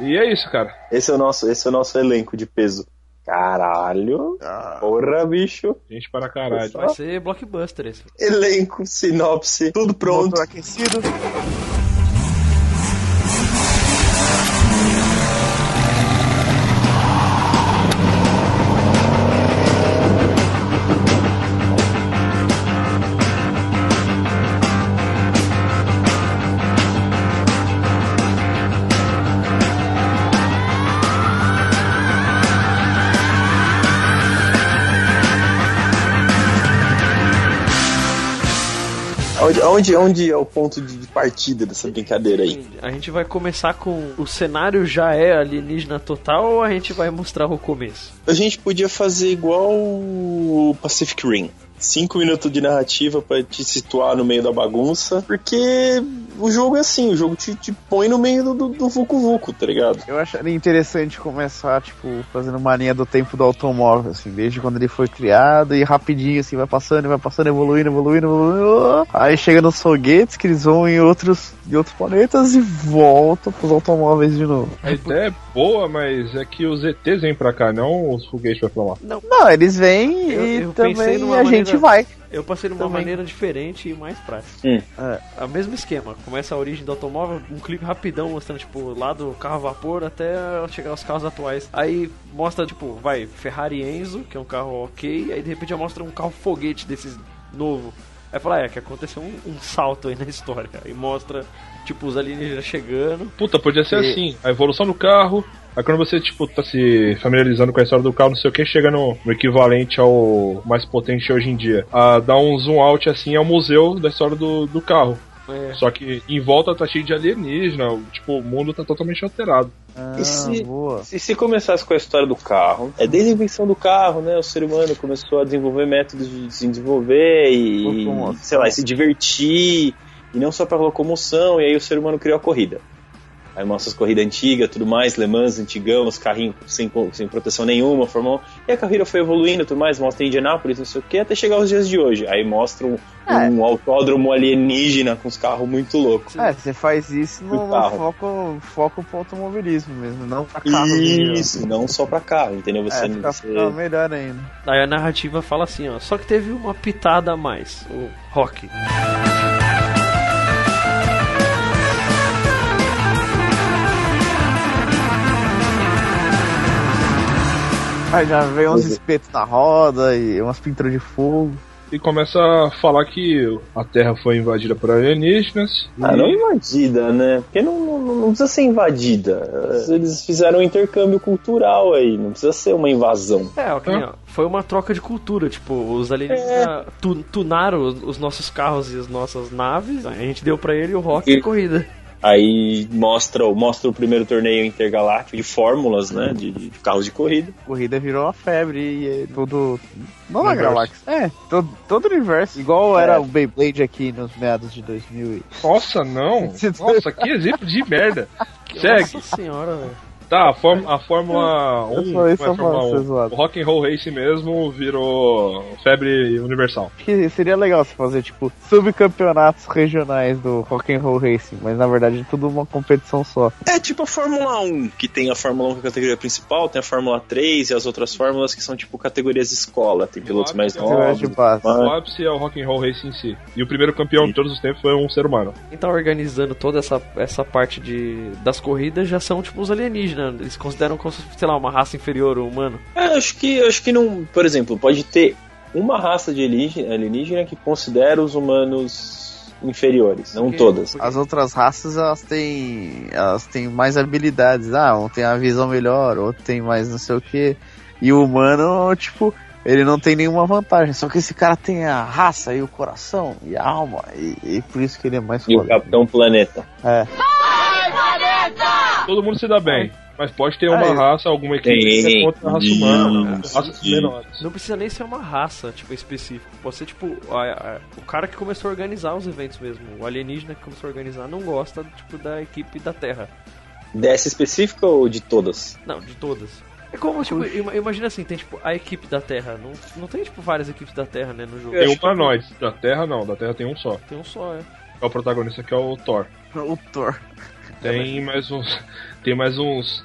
[SPEAKER 7] E é isso, cara.
[SPEAKER 3] Esse é o nosso, esse é o nosso elenco de peso. Caralho. Porra, bicho.
[SPEAKER 7] Gente para caralho.
[SPEAKER 1] Vai ser blockbuster esse.
[SPEAKER 3] Elenco, sinopse, tudo pronto.
[SPEAKER 6] Motor aquecido.
[SPEAKER 3] Onde, onde, onde é o ponto de de partida dessa brincadeira aí?
[SPEAKER 1] A gente vai começar com o cenário já é alienígena total ou a gente vai mostrar o começo?
[SPEAKER 3] A gente podia fazer igual o Pacific Rim. Cinco minutos de narrativa pra te situar no meio da bagunça. Porque o jogo é assim, o jogo te, te põe no meio do, do, do Vucu Vucu, tá ligado?
[SPEAKER 6] Eu acharia interessante começar, tipo, fazendo uma linha do tempo do automóvel, assim, desde quando ele foi criado e rapidinho, assim, vai passando, vai passando, evoluindo, evoluindo, evoluindo. Aí chega nos foguetes que eles vão em outros, em outros planetas e volta pros automóveis de novo.
[SPEAKER 7] A ideia é boa, mas é que os ETs vêm pra cá, não os foguetes vai pra lá.
[SPEAKER 6] Não, eles vêm
[SPEAKER 1] Eu-
[SPEAKER 6] e
[SPEAKER 1] eu pensei
[SPEAKER 6] também a
[SPEAKER 1] numa
[SPEAKER 6] gente
[SPEAKER 1] maneira-
[SPEAKER 6] vai.
[SPEAKER 1] Eu passei de uma
[SPEAKER 6] Também.
[SPEAKER 1] maneira diferente e mais prática.
[SPEAKER 3] Hum.
[SPEAKER 1] É, o mesmo esquema, começa a origem do automóvel, um clipe rapidão mostrando, tipo, lá do carro a vapor até chegar aos carros atuais. Aí mostra, tipo, vai, Ferrari Enzo, que é um carro ok, aí de repente já mostra um carro foguete desses novo. Aí fala, é, que aconteceu um, um salto aí na história. Aí mostra, tipo, os alienígenas chegando.
[SPEAKER 7] Puta, podia ser
[SPEAKER 1] E-
[SPEAKER 7] assim, a evolução do carro. Aí quando você, tipo, tá se familiarizando com a história do carro, não sei o que, chega no, no equivalente ao mais potente hoje em dia. A dar um zoom out assim ao museu da história do, do carro.
[SPEAKER 1] É,
[SPEAKER 7] Só que em volta tá cheio de alienígena, o- tipo, o mundo tá totalmente alterado.
[SPEAKER 3] E se-
[SPEAKER 6] Ah, boa.
[SPEAKER 3] Se, se começasse com a história do carro, é desde a invenção do carro, né? O ser humano começou a desenvolver métodos de se desenvolver e,
[SPEAKER 6] Locomoção.
[SPEAKER 3] sei lá, e se divertir, e não só para locomoção, e aí o ser humano criou a corrida. Aí mostra as corridas antigas, tudo mais, Le Mans, antigão, os carrinhos sem, co- sem proteção nenhuma, formam. E a carreira foi evoluindo, tudo mais, mostra Indianápolis, não sei o que, até chegar aos dias de hoje. Aí mostra um,
[SPEAKER 6] É.
[SPEAKER 3] um autódromo alienígena com os carros muito loucos.
[SPEAKER 6] É, você faz isso no,
[SPEAKER 3] Do
[SPEAKER 6] no
[SPEAKER 3] carro.
[SPEAKER 6] foco, foco pro automobilismo mesmo, não pra carro.
[SPEAKER 3] Isso, não só pra carro, entendeu? Você,
[SPEAKER 6] É, fica,
[SPEAKER 3] você-
[SPEAKER 6] fica melhor ainda.
[SPEAKER 1] Aí a narrativa fala assim, ó, só que teve uma pitada a mais, o rock.
[SPEAKER 6] Aí já vem uns espetos na roda e umas pinturas de fogo.
[SPEAKER 7] E começa a falar que a Terra foi invadida por alienígenas.
[SPEAKER 3] Ah,
[SPEAKER 7] e-
[SPEAKER 3] não invadida, né? Porque não, não, não precisa ser invadida. Eles fizeram um intercâmbio cultural aí, não precisa ser uma invasão.
[SPEAKER 1] É, ok, ó, foi uma troca de cultura, tipo, os alienígenas ah, tu- tunaram os, os nossos carros e as nossas naves, a gente deu pra ele o rock e
[SPEAKER 3] E-
[SPEAKER 1] corrida.
[SPEAKER 3] Aí mostra, o- mostra o primeiro torneio intergaláctico de fórmulas, né? De, de carros de corrida.
[SPEAKER 6] Corrida virou uma febre e é todo. Não na
[SPEAKER 7] Universo.
[SPEAKER 6] galáxia. É, todo, todo o universo. Igual
[SPEAKER 3] É.
[SPEAKER 6] era o Beyblade aqui nos meados de 2000. E...
[SPEAKER 7] Nossa, não! Nossa, que exemplo de merda! é Segue!
[SPEAKER 1] Nossa senhora, velho.
[SPEAKER 7] Tá, a, fór- a Fórmula 1,
[SPEAKER 6] Eu
[SPEAKER 7] não
[SPEAKER 6] falei
[SPEAKER 7] é
[SPEAKER 6] só pra
[SPEAKER 7] Fórmula 1.
[SPEAKER 6] vocês zoado.
[SPEAKER 7] O Rock and Roll Race mesmo virou febre universal.
[SPEAKER 6] Acho que seria legal se fazer, tipo, subcampeonatos regionais do Rock and Roll Racing, mas na verdade é tudo uma competição só.
[SPEAKER 3] É tipo a Fórmula 1, que tem a Fórmula 1 que é a categoria principal, tem a Fórmula 3 e as outras fórmulas que são tipo categorias escola. Tem pilotos mais
[SPEAKER 7] Óbvio.
[SPEAKER 6] Você vai de
[SPEAKER 3] novos.
[SPEAKER 6] base.
[SPEAKER 3] Ah.
[SPEAKER 7] O ápice é o Rock and Roll Race em si. E o primeiro campeão de todos os tempos foi um ser humano.
[SPEAKER 1] Quem tá organizando toda essa, essa parte de, das corridas já são, tipo, os alienígenas. Eles consideram como, se, sei lá, uma raça inferior ao humano.
[SPEAKER 3] É, acho que, acho que não. Por exemplo, pode ter uma raça de alienígena, alienígena que considera os humanos inferiores, não
[SPEAKER 1] Porque-
[SPEAKER 3] todas.
[SPEAKER 1] porque-
[SPEAKER 6] As outras raças, elas têm, elas têm mais habilidades. Ah, um tem a visão melhor, outro tem mais não sei o que. E o humano, tipo, ele não tem nenhuma vantagem. Só que esse cara tem a raça e o coração e a alma. E, e por isso que ele é mais
[SPEAKER 3] E o Capitão Planeta.
[SPEAKER 6] É.
[SPEAKER 7] Todo mundo se dá bem. Mas pode ter uma
[SPEAKER 6] É.
[SPEAKER 7] raça, alguma equipe que é
[SPEAKER 3] Tem,
[SPEAKER 7] contra a raça
[SPEAKER 3] de-
[SPEAKER 7] humana, né?
[SPEAKER 3] de-
[SPEAKER 7] raças menores.
[SPEAKER 1] Não precisa nem ser uma raça, tipo, específica. Pode ser, tipo, a- a- o cara que começou a organizar os eventos mesmo. O alienígena que começou a organizar não gosta, tipo, da equipe da Terra.
[SPEAKER 3] Dessa específica ou de todas?
[SPEAKER 1] Não, de todas. É como, tipo, ima- imagina assim, tem tipo a equipe da Terra. Não, não tem, tipo, várias equipes da Terra, né, no jogo.
[SPEAKER 7] Tem um pra nós. Da Terra não, da Terra tem um só.
[SPEAKER 1] Tem um só, é.
[SPEAKER 7] É o protagonista que é o Thor.
[SPEAKER 6] O Thor. É.
[SPEAKER 7] Tem mais uns. Tem mais uns.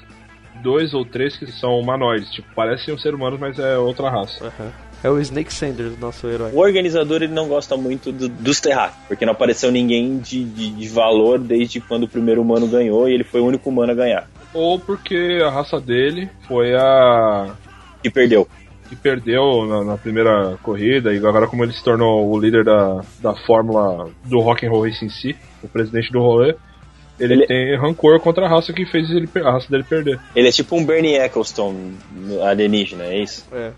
[SPEAKER 7] Dois ou três que são humanoides, tipo, parecem um ser humano, mas é outra raça.
[SPEAKER 1] É o Snake Sanders, nosso herói.
[SPEAKER 3] O organizador ele não gosta muito do- dos terráqueos, porque não apareceu ninguém de, de- de valor desde quando o primeiro humano ganhou e ele foi o único humano a ganhar.
[SPEAKER 7] Ou porque a raça dele foi a.
[SPEAKER 3] E perdeu.
[SPEAKER 7] que perdeu na, na primeira corrida e agora como ele se tornou o líder da, da fórmula do rock and roll race em si, o presidente do rolê, ele,
[SPEAKER 3] Ele-
[SPEAKER 7] tem rancor contra a raça que fez ele, per- a raça dele perder.
[SPEAKER 3] Ele é tipo um Bernie Eccleston alienígena, é isso?
[SPEAKER 1] É.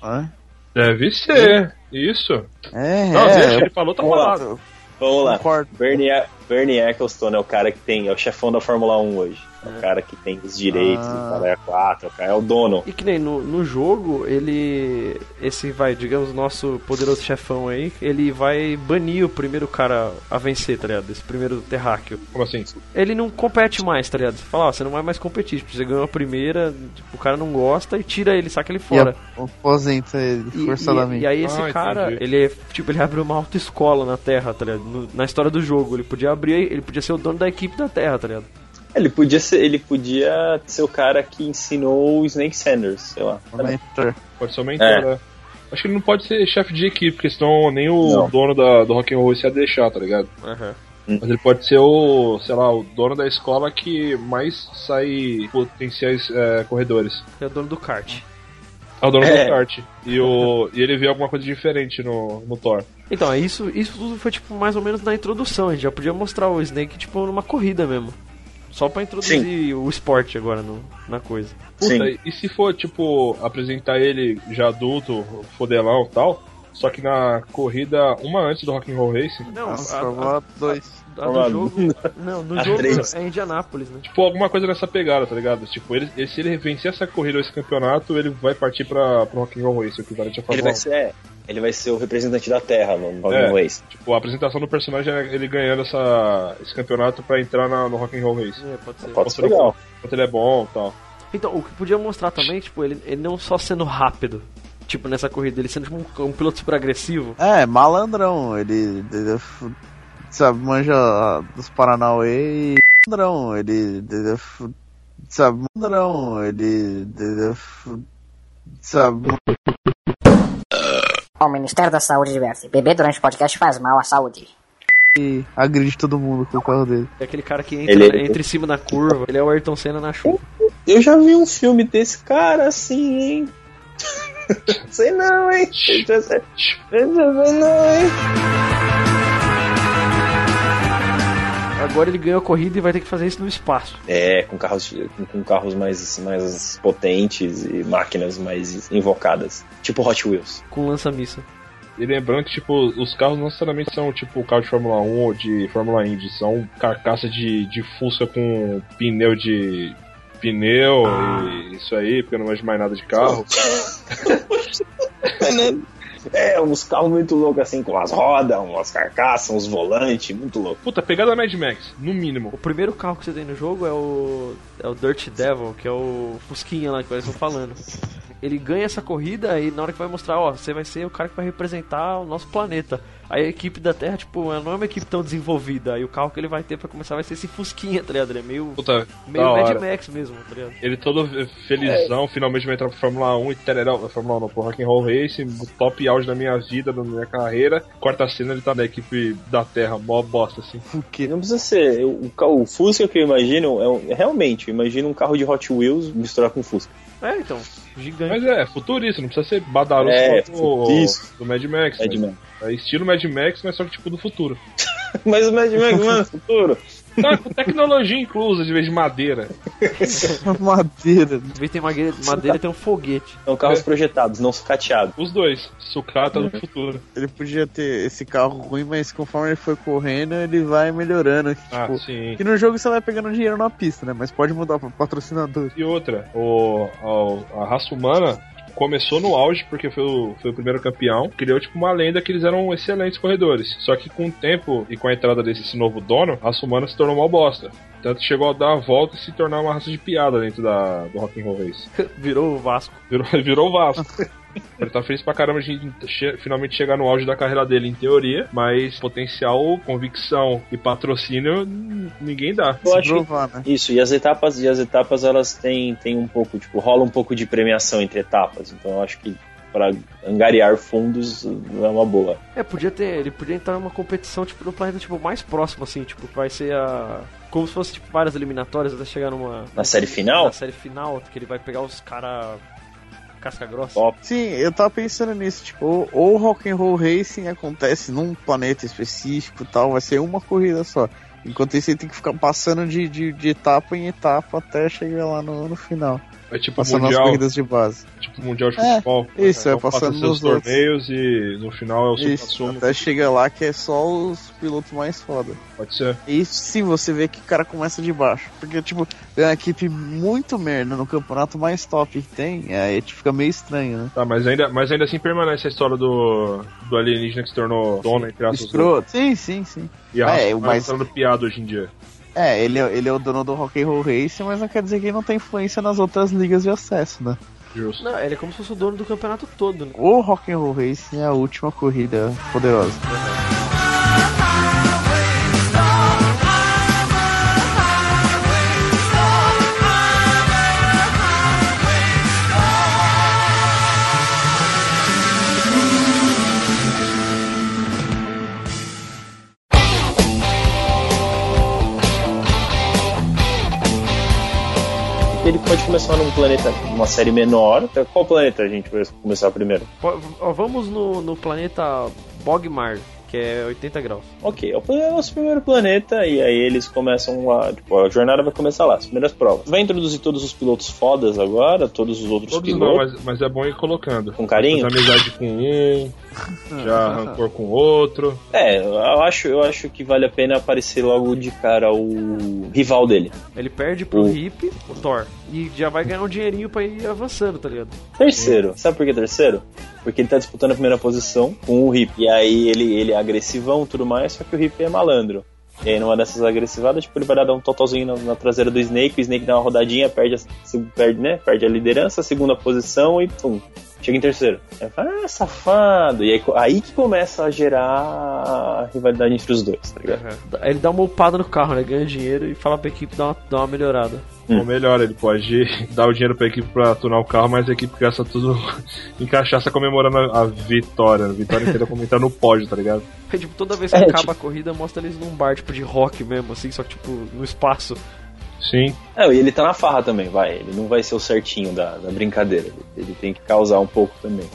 [SPEAKER 6] Hã?
[SPEAKER 7] Deve ser, isso.
[SPEAKER 6] É,
[SPEAKER 7] Não,
[SPEAKER 6] é.
[SPEAKER 7] deixa, ele falou, tá
[SPEAKER 3] É. Vamos lá.
[SPEAKER 7] falado.
[SPEAKER 3] Vamos lá.
[SPEAKER 6] Concordo.
[SPEAKER 3] Bernie, Bernie Eccleston é o cara que tem, é o chefão da Fórmula 1 hoje. É o cara que tem os direitos,
[SPEAKER 6] Ah.
[SPEAKER 3] o cara é 4, o cara é o dono.
[SPEAKER 1] E que nem no, no jogo, ele. Esse vai, digamos, nosso poderoso chefão aí, ele vai banir o primeiro cara a vencer, tá ligado? Esse primeiro terráqueo.
[SPEAKER 7] Como assim?
[SPEAKER 1] Ele não compete mais, tá ligado? Você fala, ó, você não vai mais competir. Tipo, você ganhou a primeira, tipo, o cara não gosta e tira ele, saca ele fora.
[SPEAKER 6] E aposenta ele
[SPEAKER 1] E, e,
[SPEAKER 6] forçadamente.
[SPEAKER 1] e aí esse
[SPEAKER 7] Ah,
[SPEAKER 1] cara,
[SPEAKER 7] entendi.
[SPEAKER 1] ele tipo, ele abriu uma autoescola na Terra, tá ligado? No- na história do jogo, ele podia abrir, ele podia ser o dono da equipe da Terra, tá ligado?
[SPEAKER 3] Ele podia ser, ele podia ser o cara que ensinou o Snake Sanders, sei lá.
[SPEAKER 6] Aumenta.
[SPEAKER 7] Pode ser o mentor,
[SPEAKER 3] É.
[SPEAKER 7] né? Acho que ele não pode ser chefe de equipe, porque senão nem o dono da, do Rock and Roll se ia deixar, tá ligado?
[SPEAKER 3] Uhum.
[SPEAKER 7] Mas ele pode ser o, sei lá, o dono da escola que mais sai potenciais é, corredores.
[SPEAKER 1] Ele é o dono do kart.
[SPEAKER 7] É o dono
[SPEAKER 3] É.
[SPEAKER 7] do kart. E, o, e ele vê alguma coisa diferente no, no Thor.
[SPEAKER 1] Então, é isso, isso tudo foi tipo mais ou menos na introdução, a gente já podia mostrar o Snake tipo numa corrida mesmo. Só pra introduzir o esporte agora no- na coisa.
[SPEAKER 3] Sim.
[SPEAKER 7] Puta, e se for, tipo, apresentar ele já adulto, fodelão e tal, só que na corrida uma antes do Rock'n'Roll Racing,
[SPEAKER 1] Não,
[SPEAKER 6] Nossa,
[SPEAKER 1] a-
[SPEAKER 6] Fórmula 2.
[SPEAKER 1] a do
[SPEAKER 3] Formado.
[SPEAKER 1] jogo. Não, no
[SPEAKER 3] A
[SPEAKER 1] jogo
[SPEAKER 3] três.
[SPEAKER 1] é Indianápolis, né?
[SPEAKER 7] tipo, alguma coisa nessa pegada, tá ligado? Tipo, ele, ele- se ele vencer essa corrida ou esse campeonato, ele vai partir pra, pro Rock'n'Roll Racing, o equivalente a
[SPEAKER 3] Ele
[SPEAKER 7] Fórmula
[SPEAKER 3] vai
[SPEAKER 7] 1.
[SPEAKER 3] ser, é, ele vai ser o representante da Terra no Robin
[SPEAKER 7] É.
[SPEAKER 3] Race.
[SPEAKER 7] Tipo, a apresentação do personagem é ele ganhando essa, esse campeonato pra entrar na, no Rock'n'Roll Racing.
[SPEAKER 1] É, pode ser.
[SPEAKER 3] Pode ser
[SPEAKER 7] Mostrando
[SPEAKER 3] legal.
[SPEAKER 7] Quanto ele é bom e tal.
[SPEAKER 1] Então, o que podia mostrar também, tipo, ele, ele não só sendo rápido, tipo, nessa corrida, ele sendo tipo um, um piloto super agressivo.
[SPEAKER 6] É, malandrão. Ele, ele é fu- sabe, manja dos Paranauê e. Malandrão. Ele, ele é fu- sabe, malandrão. Ele, ele é fu- sabe,
[SPEAKER 11] Ao Ministério da Saúde diverte. Beber durante o podcast faz mal à saúde.
[SPEAKER 6] e agride todo mundo com o carro dele.
[SPEAKER 1] É aquele cara que entra,
[SPEAKER 3] Ele-
[SPEAKER 1] entra em cima da curva, ele é o Ayrton Senna na chuva.
[SPEAKER 3] Eu já vi um filme desse cara assim, hein? Sei não, hein? Eu já sei- eu já sei não, hein?
[SPEAKER 1] Agora ele ganhou a corrida e vai ter que fazer isso no espaço.
[SPEAKER 3] É, com carros, com carros mais, mais potentes e máquinas mais invocadas. Tipo Hot Wheels.
[SPEAKER 1] Com lança-missa.
[SPEAKER 7] E lembrando que, tipo, os carros não necessariamente são, tipo, carro de Fórmula 1 ou de Fórmula Indy. São carcaça de, de fusca com pneu de... Pneu e isso aí, porque eu não manjo mais nada de carro.
[SPEAKER 3] É, uns carros muito loucos assim, com as rodas, umas carcaças, uns volantes, muito louco.
[SPEAKER 7] Puta, pegada Mad Max, no mínimo.
[SPEAKER 1] O primeiro carro que você tem no jogo é o. É o Dirt Devil, que é o Fusquinha lá que vocês estão falando. Ele ganha essa corrida e na hora que vai mostrar, ó, você vai ser o cara que vai representar o nosso planeta. Aí a equipe da Terra, tipo, ela não é uma equipe tão desenvolvida. Aí o carro que ele vai ter pra começar vai ser esse Fusquinha, tá ligado? Ele é meio.
[SPEAKER 7] Puta,
[SPEAKER 1] Meio
[SPEAKER 7] da
[SPEAKER 1] Mad
[SPEAKER 7] hora.
[SPEAKER 1] Max mesmo, tá ligado?
[SPEAKER 7] Ele todo felizão,
[SPEAKER 3] É.
[SPEAKER 7] finalmente vai entrar pro Fórmula 1 e tereré, Fórmula 1 não, pro Rock'n'Roll Racing, top auge da minha vida, da minha carreira. Quarta cena ele tá na equipe da Terra, mó bosta, assim.
[SPEAKER 3] E não precisa ser. eu- O, ca- o Fusca que eu imagino é um- é realmente, eu imagino um carro de Hot Wheels misturar com Fusca.
[SPEAKER 1] É, então, gigante.
[SPEAKER 7] Mas é, futurista, não precisa ser badaroso
[SPEAKER 3] É,
[SPEAKER 7] como
[SPEAKER 3] futurista.
[SPEAKER 7] do Mad Max.
[SPEAKER 3] Mad
[SPEAKER 7] mas-
[SPEAKER 3] Max.
[SPEAKER 7] É estilo Mad Max, mas só que tipo do futuro.
[SPEAKER 3] Mas o Mad Max, mano, futuro.
[SPEAKER 7] Tá, com tecnologia inclusa, de vez de madeira.
[SPEAKER 6] Madeira.
[SPEAKER 1] Em vez de ter madeira, madeira tem um foguete.
[SPEAKER 3] São carros projetados, não sucateados.
[SPEAKER 7] Os dois, sucata do futuro.
[SPEAKER 6] Ele podia ter esse carro ruim, mas conforme ele foi correndo, ele vai melhorando.
[SPEAKER 7] Ah,
[SPEAKER 6] tipo,
[SPEAKER 7] sim.
[SPEAKER 6] e no jogo você vai pegando dinheiro na pista, né? Mas pode mudar pra patrocinador.
[SPEAKER 7] E outra, o, a, a raça humana começou no auge porque foi o, foi o primeiro campeão. Criou tipo uma lenda que eles eram excelentes corredores. Só que com o tempo e com a entrada desse esse novo dono, a raça humana se tornou uma bosta. Tanto que chegou a dar a volta e se tornar uma raça de piada dentro da, do Rock'n'Roll Race.
[SPEAKER 1] Virou o Vasco.
[SPEAKER 7] Virou, virou o Vasco. Ele tá feliz pra caramba de che- finalmente chegar no auge da carreira dele, em teoria, mas potencial, convicção e patrocínio n- ninguém dá.
[SPEAKER 3] Eu
[SPEAKER 6] Se
[SPEAKER 3] acho que
[SPEAKER 6] provar, né?
[SPEAKER 3] isso, e as etapas, e as etapas elas têm, têm um pouco, tipo, rola um pouco de premiação entre etapas, então eu acho que pra angariar fundos não é uma boa.
[SPEAKER 1] É, podia ter. Ele podia entrar numa competição, tipo, no planeta tipo, mais próximo, assim, tipo, vai ser a. Como se fosse tipo, várias eliminatórias até chegar numa.
[SPEAKER 3] Na série final?
[SPEAKER 1] Na série final, que ele vai pegar os cara casca grossa.
[SPEAKER 3] Ó.
[SPEAKER 6] Sim, eu tava pensando nisso, tipo, ou- ou o Rock'n'Roll Racing acontece num planeta específico e tal, vai ser uma corrida só. Enquanto isso, ele tem que ficar passando de, de, de etapa em etapa até chegar lá no, no final.
[SPEAKER 7] É tipo
[SPEAKER 6] Passando
[SPEAKER 7] mundial.
[SPEAKER 6] as corridas de base.
[SPEAKER 7] Tipo mundial de
[SPEAKER 6] É,
[SPEAKER 7] futebol.
[SPEAKER 6] isso, é
[SPEAKER 7] Então passa
[SPEAKER 6] passando
[SPEAKER 7] seus
[SPEAKER 6] nos outros.
[SPEAKER 7] torneios e no final é o
[SPEAKER 6] Isso,
[SPEAKER 7] supra-sumo.
[SPEAKER 6] até chega lá que é só os pilotos mais foda.
[SPEAKER 7] Pode ser.
[SPEAKER 6] E se você vê que o cara começa de baixo. Porque, tipo, é uma equipe muito merda no campeonato mais top que tem, aí tipo, fica meio estranho, né?
[SPEAKER 7] Tá, mas ainda, mas ainda assim permanece a história do, do alienígena que se tornou dono, entre aspas.
[SPEAKER 6] Escroto. Sim, sim, sim.
[SPEAKER 7] E a
[SPEAKER 6] é,
[SPEAKER 7] é,
[SPEAKER 6] o mais...
[SPEAKER 7] sendo piada hoje em dia.
[SPEAKER 6] é, ele é, ele é o dono do Rock and Roll Race, mas não quer dizer que ele não tem influência nas outras ligas de acesso, né?
[SPEAKER 7] Justo.
[SPEAKER 1] Não, ele é como se fosse o dono do campeonato todo, né?
[SPEAKER 6] O Rock and Roll Race é a última corrida poderosa.
[SPEAKER 3] Ele pode começar num planeta, numa série menor. Então, Qual planeta a gente vai começar primeiro?
[SPEAKER 1] Pô, ó, Vamos no, no planeta Bogmar, que é 80 graus.
[SPEAKER 3] Ok, é o plan- é o nosso primeiro planeta e aí eles começam lá, tipo, a jornada vai começar lá, as primeiras provas. Vai introduzir todos os pilotos fodas agora, todos os outros
[SPEAKER 7] Todos não,
[SPEAKER 3] pilotos.
[SPEAKER 7] mas, mas é bom ir colocando.
[SPEAKER 3] Com carinho?
[SPEAKER 7] Faz amizade com um, já rancor com outro.
[SPEAKER 3] É, eu acho, eu acho que vale a pena aparecer logo de cara o rival dele.
[SPEAKER 1] Ele perde pro
[SPEAKER 3] O-
[SPEAKER 1] Hip, o Thor, e já vai ganhar um dinheirinho pra ir avançando, tá ligado?
[SPEAKER 3] Terceiro. Sabe por que terceiro? Porque ele tá disputando a primeira posição com o Hip. E aí ele, ele é agressivão e tudo mais, só que o Hip é malandro. E aí numa dessas agressivadas, tipo, ele vai dar um totalzinho na, na traseira do Snake, o Snake dá uma rodadinha, perde a, se- perde, né? perde a liderança, a segunda posição e pum. Chega em terceiro. Aí fala, ah, safado. E aí, co- aí que começa a gerar a rivalidade entre os dois, tá ligado?
[SPEAKER 1] Ele dá uma upada no carro, né? Ganha dinheiro e fala pra equipe dar uma, dar uma melhorada.
[SPEAKER 7] Ou melhor, ele pode dar o dinheiro pra equipe pra tunar o carro, mas a equipe gasta tudo em cachaça comemorando a, a vitória. A vitória inteira como entrar no pódio, tá ligado?
[SPEAKER 1] É, tipo, toda vez que
[SPEAKER 7] É,
[SPEAKER 1] acaba
[SPEAKER 7] tipo-
[SPEAKER 1] a corrida, mostra eles num bar, tipo, de rock mesmo, assim, só que, tipo, no espaço.
[SPEAKER 7] Sim.
[SPEAKER 3] É, e ele tá na farra também, vai. Ele não vai ser o certinho da, da brincadeira. Ele- ele tem que causar um pouco também.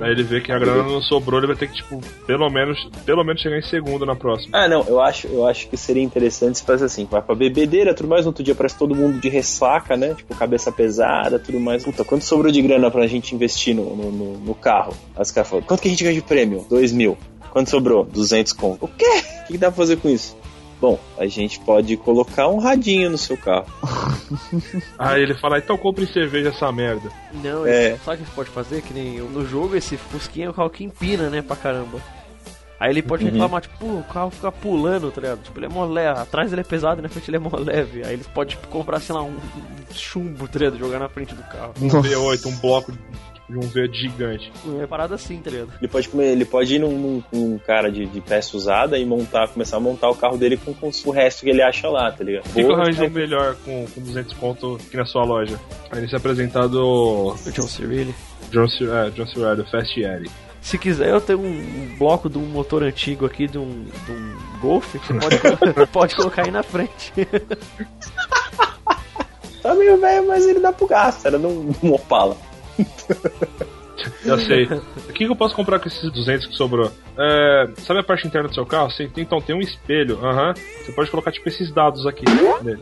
[SPEAKER 7] Aí ele vê que a grana não sobrou, ele vai ter que, tipo, pelo menos, pelo menos chegar em segundo na próxima.
[SPEAKER 3] Ah, não, eu acho, eu acho que seria interessante se fizesse assim, vai pra bebedeira, tudo mais, no outro dia parece todo mundo de ressaca, né? Tipo, cabeça pesada, tudo mais. Puta, quanto sobrou de grana pra gente investir no, no, no- no carro? Aí os caras falam, quanto que a gente ganha de prêmio? Dois mil. Quanto sobrou? 200 conto. O quê? O que dá pra fazer com isso? Bom, a gente pode colocar um radinho no seu carro.
[SPEAKER 7] Aí ele fala, então compre cerveja essa merda.
[SPEAKER 1] Não,
[SPEAKER 3] É.
[SPEAKER 1] sabe o que pode fazer? Que nem eu- no jogo esse Fusquinha é um carro que empina, né, pra caramba. Aí ele pode
[SPEAKER 3] Uhum.
[SPEAKER 1] reclamar, tipo, "Pô, o carro fica pulando, tá ligado? Tipo, ele é mó leve, atrás ele é pesado e na frente ele é mó leve. Aí eles podem, tipo, comprar, sei lá, um um chumbo, tá ligado? Jogar na frente do carro.
[SPEAKER 7] Um V8, um bloco de um V gigante.
[SPEAKER 1] É parada assim, tá ligado?
[SPEAKER 3] Ele pode, comer, ele pode ir num, num- num cara de, de peça usada e montar, começar a montar o carro dele com, com o resto que ele acha lá, tá ligado?
[SPEAKER 7] Fica
[SPEAKER 3] Boa,
[SPEAKER 7] arranjando o melhor com, com 200 pontos aqui na sua loja. Aí ele se apresentado o
[SPEAKER 1] O John Cirilli.
[SPEAKER 7] John, C- é, John Cirelli, o Fast Yeti.
[SPEAKER 1] Se quiser, eu tenho um um bloco de um motor antigo aqui, de um, de um Golf, que você pode, colo- pode colocar aí na frente.
[SPEAKER 3] Tá meio velho, mas ele dá pro gasto, era num, num Opala.
[SPEAKER 7] Já sei. O que, que eu posso comprar com esses 200 que sobrou? É, sabe a parte interna do seu carro? Sim, tem- então tem um espelho. Aham. Você pode colocar, tipo, esses dados
[SPEAKER 3] Tá,
[SPEAKER 7] aqui nele.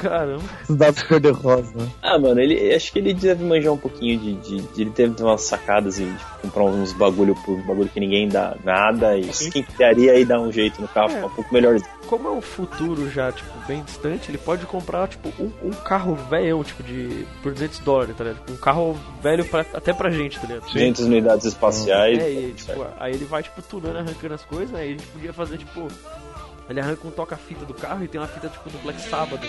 [SPEAKER 1] Caramba.
[SPEAKER 6] Os dados cor-de-rosa, né?
[SPEAKER 3] Ah, mano, ele acho que ele deve manjar um pouquinho de. de, de- ele teve umas sacadas e tipo, comprar uns bagulho por bagulho que ninguém dá nada. E quem criaria aí dar um jeito no carro,
[SPEAKER 1] É.
[SPEAKER 3] ficar um pouco melhor.
[SPEAKER 1] Como é um futuro já, tipo, bem distante, ele pode comprar, tipo, um, um carro velhão, tipo, de... por 200 dólares, tá ligado? Tipo, um carro velho pra, até pra gente, tá ligado?
[SPEAKER 3] 200 unidades espaciais.
[SPEAKER 1] É, e, tipo, aí ele vai, tipo, tunando, arrancando as coisas, aí a gente podia fazer, tipo... Ele arranca um toca-fita do carro e tem uma fita, tipo, do Black Sabbath.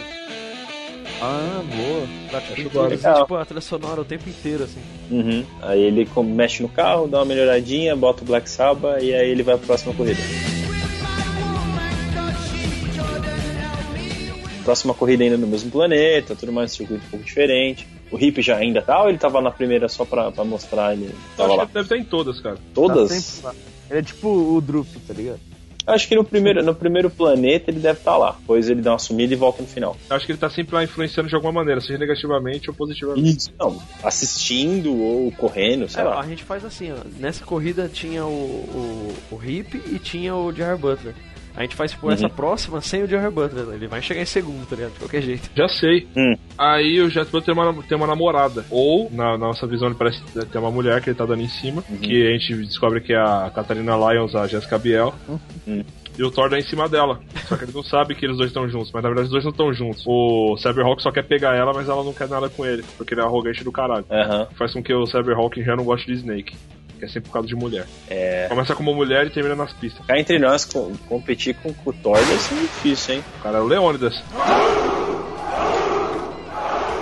[SPEAKER 6] Ah, boa.
[SPEAKER 1] Pra, tipo,
[SPEAKER 7] Acho
[SPEAKER 1] introduzir,
[SPEAKER 3] legal.
[SPEAKER 1] tipo, a trilha sonora o tempo inteiro, assim.
[SPEAKER 3] Uhum. Aí ele com- mexe no carro, dá uma melhoradinha, bota o Black Sabbath e aí ele vai pra próxima corrida. Próxima corrida ainda no mesmo planeta, tudo mais, um circuito um pouco diferente. O Hip já ainda tá ou ele tava na primeira só pra, pra mostrar ele?
[SPEAKER 7] Eu
[SPEAKER 3] Tava
[SPEAKER 7] acho que tá
[SPEAKER 3] lá.
[SPEAKER 7] ele deve estar em todas, cara.
[SPEAKER 3] Todas?
[SPEAKER 6] Tá Ele é tipo o Drup, tá ligado?
[SPEAKER 3] Eu Acho que no primeiro, no primeiro planeta ele deve estar lá, pois ele dá uma sumida e volta no final.
[SPEAKER 7] Eu acho que ele tá sempre lá influenciando de alguma maneira, seja negativamente ou positivamente.
[SPEAKER 3] Isso. Não, assistindo ou correndo,
[SPEAKER 1] É,
[SPEAKER 3] sei lá.
[SPEAKER 1] a gente faz assim, ó. Nessa corrida tinha o, o, o Hip e tinha o J.R. Butler. A gente faz, tipo, essa próxima sem o Jerry Butler. né? Ele vai chegar em segundo, tá ligado? De qualquer jeito.
[SPEAKER 7] Já sei. Aí o Jet Butler tem uma, tem uma namorada. Ou, na, na nossa visão, ele parece ter uma mulher que ele tá dando em cima. Que a gente descobre que é a Catarina Lyons, a Jessica Biel. E o Thor dá em cima dela. Só que ele não sabe que eles dois estão juntos. Mas na verdade os dois não estão juntos. O Cyberhawk só quer pegar ela, mas ela não quer nada com ele. Porque ele é arrogante do caralho.
[SPEAKER 3] Aham.
[SPEAKER 7] Faz com que o Cyberhawk já não goste de Snake. Que é sempre por causa de mulher.
[SPEAKER 3] É.
[SPEAKER 7] Começa como mulher e termina nas pistas.
[SPEAKER 3] Cá entre nós, co- competir com, com o Thor deve ser difícil, hein?
[SPEAKER 7] O cara é o Leônidas.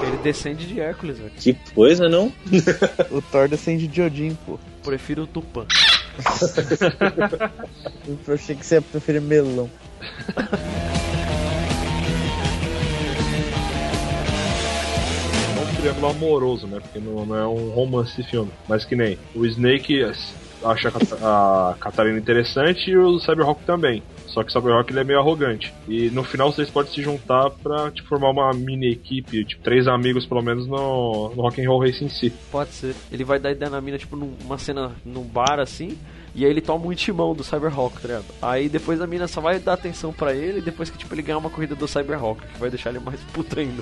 [SPEAKER 1] Ele descende de Hércules, velho.
[SPEAKER 3] Que coisa, não?
[SPEAKER 6] o Thor descende de Odin, pô.
[SPEAKER 1] Prefiro o Tupã.
[SPEAKER 6] Eu achei que você ia preferir melão.
[SPEAKER 7] É um triângulo amoroso, né? Porque não, não é um romance esse filme. Mas que nem o Snake acha a Cat- a Catarina interessante e o Cyberhawk também. Só que o Cyberhawk ele é meio arrogante. E no final vocês podem se juntar pra tipo, formar uma mini equipe, tipo, três amigos pelo menos no, no Rock and Roll Race em si.
[SPEAKER 1] Pode ser. Ele vai dar ideia na mina, tipo, num- numa cena num bar assim. E aí ele toma um timão do Cyberhawk, tá ligado? Aí depois a mina só vai dar atenção pra ele depois que, tipo, ele ganhar uma corrida do Cyberhawk, que vai deixar ele mais puto ainda.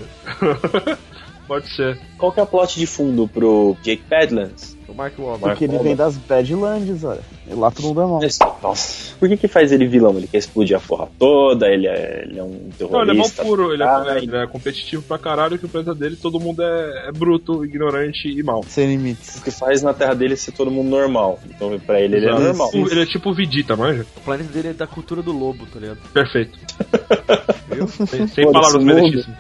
[SPEAKER 7] Pode ser.
[SPEAKER 3] Qual que é a plot de fundo pro Jake Badlands?
[SPEAKER 1] O Mark Wahlberg.
[SPEAKER 6] Porque ele vem das Badlands, olha. E lá todo mundo é mal.
[SPEAKER 3] Nossa, por que que faz ele vilão? Ele quer explodir a porra toda, ele é, ele é um terrorista.
[SPEAKER 7] Não, ele é mal puro, ele é,
[SPEAKER 3] ah,
[SPEAKER 7] ele é competitivo pra caralho, que o planeta dele todo mundo é, é bruto, ignorante e mal.
[SPEAKER 6] Sem limites.
[SPEAKER 3] O que faz na terra dele é ser todo mundo normal. Então pra ele, ele é
[SPEAKER 7] Exato.
[SPEAKER 3] normal.
[SPEAKER 7] Tipo- Ele é tipo o Vegeta, manja?
[SPEAKER 1] O planeta dele é da cultura do lobo, tá ligado?
[SPEAKER 7] Perfeito.
[SPEAKER 1] Viu?
[SPEAKER 7] Sem, sem
[SPEAKER 3] Foda-se,
[SPEAKER 7] palavras,
[SPEAKER 3] mundo.
[SPEAKER 7] merecidíssimo.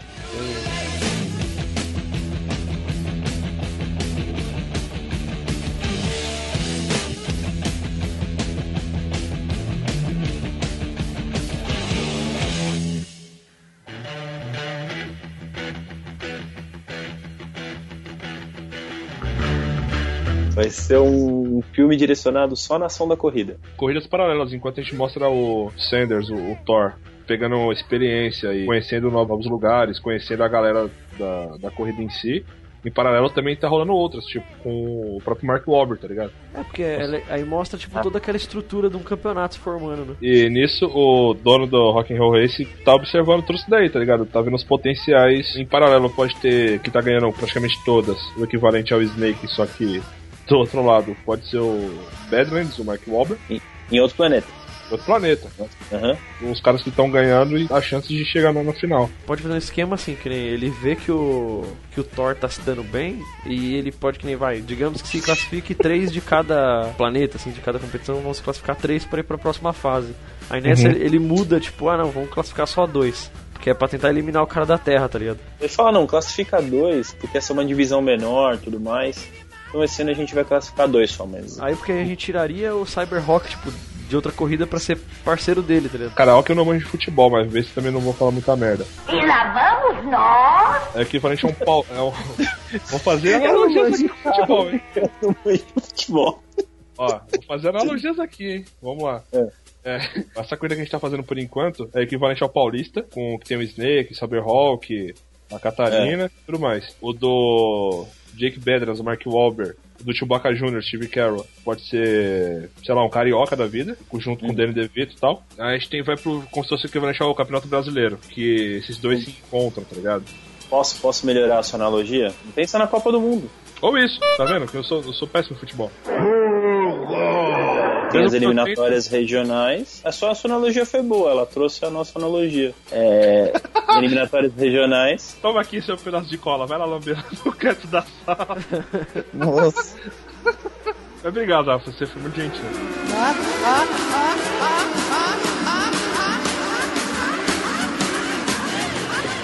[SPEAKER 3] Vai ser um filme direcionado só na ação da corrida.
[SPEAKER 7] corridas paralelas, enquanto a gente mostra o Sanders, o, o Thor, pegando experiência e conhecendo novos lugares, conhecendo a galera da, da corrida em si. Em paralelo também tá rolando outras, tipo com o próprio Mark Wahlberg, tá ligado?
[SPEAKER 1] É porque ela- aí mostra, tipo, toda aquela estrutura de um campeonato se formando, né?
[SPEAKER 7] E nisso o dono do Rock and Roll Race tá observando tudo isso daí, tá ligado? Tá vendo os potenciais em paralelo, pode ter que tá ganhando praticamente todas, o equivalente ao Snake, só que do outro lado pode ser o Badlands, o Mark Wahlberg,
[SPEAKER 3] Em outro planeta.
[SPEAKER 7] outro planeta. né?
[SPEAKER 3] Aham.
[SPEAKER 7] Os caras que estão ganhando e a chance de chegar na na final.
[SPEAKER 1] Pode fazer um esquema assim, que nem ele vê que o que o Thor tá se dando bem e ele pode que nem vai, digamos que se classifique três de cada planeta, assim, de cada competição, vão se classificar três pra ir pra próxima fase. Aí nessa ele, ele muda, tipo, ah não, vamos classificar só dois. Porque é pra tentar eliminar o cara da Terra, tá ligado?
[SPEAKER 3] Ele fala, não, classifica dois, porque essa é uma divisão menor tudo mais. Então esse ano a gente vai classificar dois só, mas.
[SPEAKER 1] Aí porque a gente tiraria o Cyberhawk, tipo, de outra corrida pra ser parceiro dele, tá ligado?
[SPEAKER 7] Cara, ó que eu não manjo de futebol, mas vê se também não vou falar muita merda.
[SPEAKER 11] E lá vamos nós!
[SPEAKER 7] É que falei é um pau. É um... Vou fazer analogias aqui com futebol, hein?
[SPEAKER 3] futebol.
[SPEAKER 7] Ó, vou fazer analogias aqui, hein? Vamos lá.
[SPEAKER 3] É.
[SPEAKER 7] É, essa corrida que a gente tá fazendo por enquanto é equivalente ao Paulista, com que tem o Snake, o Cyberhawk, a Catarina e tudo mais. O do Jake Bedras, o Mark Wahlberg, o do Chewbacca Jr., Steve Carroll, pode ser, sei lá, um carioca da vida, junto com o Danny DeVito e tal. Aí a gente tem, vai pro, como se fosse equivalente ao Campeonato Brasileiro, que esses dois se encontram, tá ligado?
[SPEAKER 3] Posso, posso melhorar a sua analogia? Pensa na Copa do Mundo.
[SPEAKER 7] Ou isso, tá vendo? Que eu sou, eu sou péssimo em futebol.
[SPEAKER 3] Tem
[SPEAKER 7] Eu
[SPEAKER 3] as
[SPEAKER 7] tô
[SPEAKER 3] eliminatórias regionais. É só a sua analogia foi boa, ela trouxe a nossa analogia. É, eliminatórias regionais.
[SPEAKER 7] Toma aqui seu pedaço de cola, vai lá lamber no canto da sala.
[SPEAKER 6] Nossa.
[SPEAKER 7] Obrigado, Rafa, você foi muito gentil.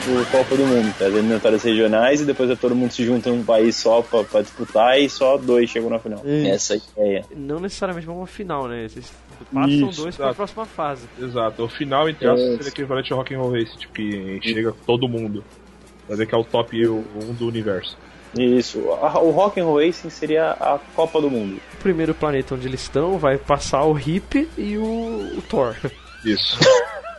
[SPEAKER 3] o Copa do Mundo, tá? as eliminatórias regionais e depois é todo mundo se junta em um país só pra, pra disputar e só dois chegam na final.
[SPEAKER 6] Isso.
[SPEAKER 3] Essa é a ideia.
[SPEAKER 1] Não necessariamente vamos uma final, né? Vocês passam
[SPEAKER 7] Isso,
[SPEAKER 1] dois
[SPEAKER 7] tá.
[SPEAKER 1] pra próxima fase.
[SPEAKER 7] Exato, o final, entre aspas,
[SPEAKER 6] É.
[SPEAKER 3] Yes.
[SPEAKER 7] seria equivalente ao Rock'n'Roll Race, tipo, que chega todo mundo. Vai ver que é o top 1 do universo.
[SPEAKER 3] Isso. A- O Rock and Roll Racing seria a Copa do Mundo.
[SPEAKER 1] O primeiro planeta onde eles estão vai passar o Hip e o, o Thor.
[SPEAKER 7] Isso.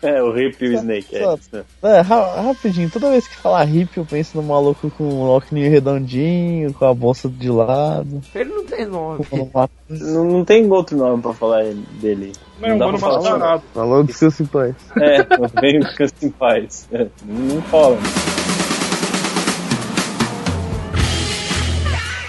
[SPEAKER 3] É, o Rip e o Snake. É, isso, né?
[SPEAKER 6] É, ra- rapidinho, toda vez que falar hippie eu penso no maluco com um óculos redondinho, com a bolsa de lado,
[SPEAKER 1] Ele não tem nome.
[SPEAKER 6] com uma...
[SPEAKER 3] não, não tem outro nome pra falar dele.
[SPEAKER 7] Não, é um
[SPEAKER 3] dá
[SPEAKER 7] ano
[SPEAKER 3] pra falar. né?
[SPEAKER 7] mascarado.
[SPEAKER 6] Falou descanso em paz.
[SPEAKER 3] É, vem o descanso em paz. É, não fala.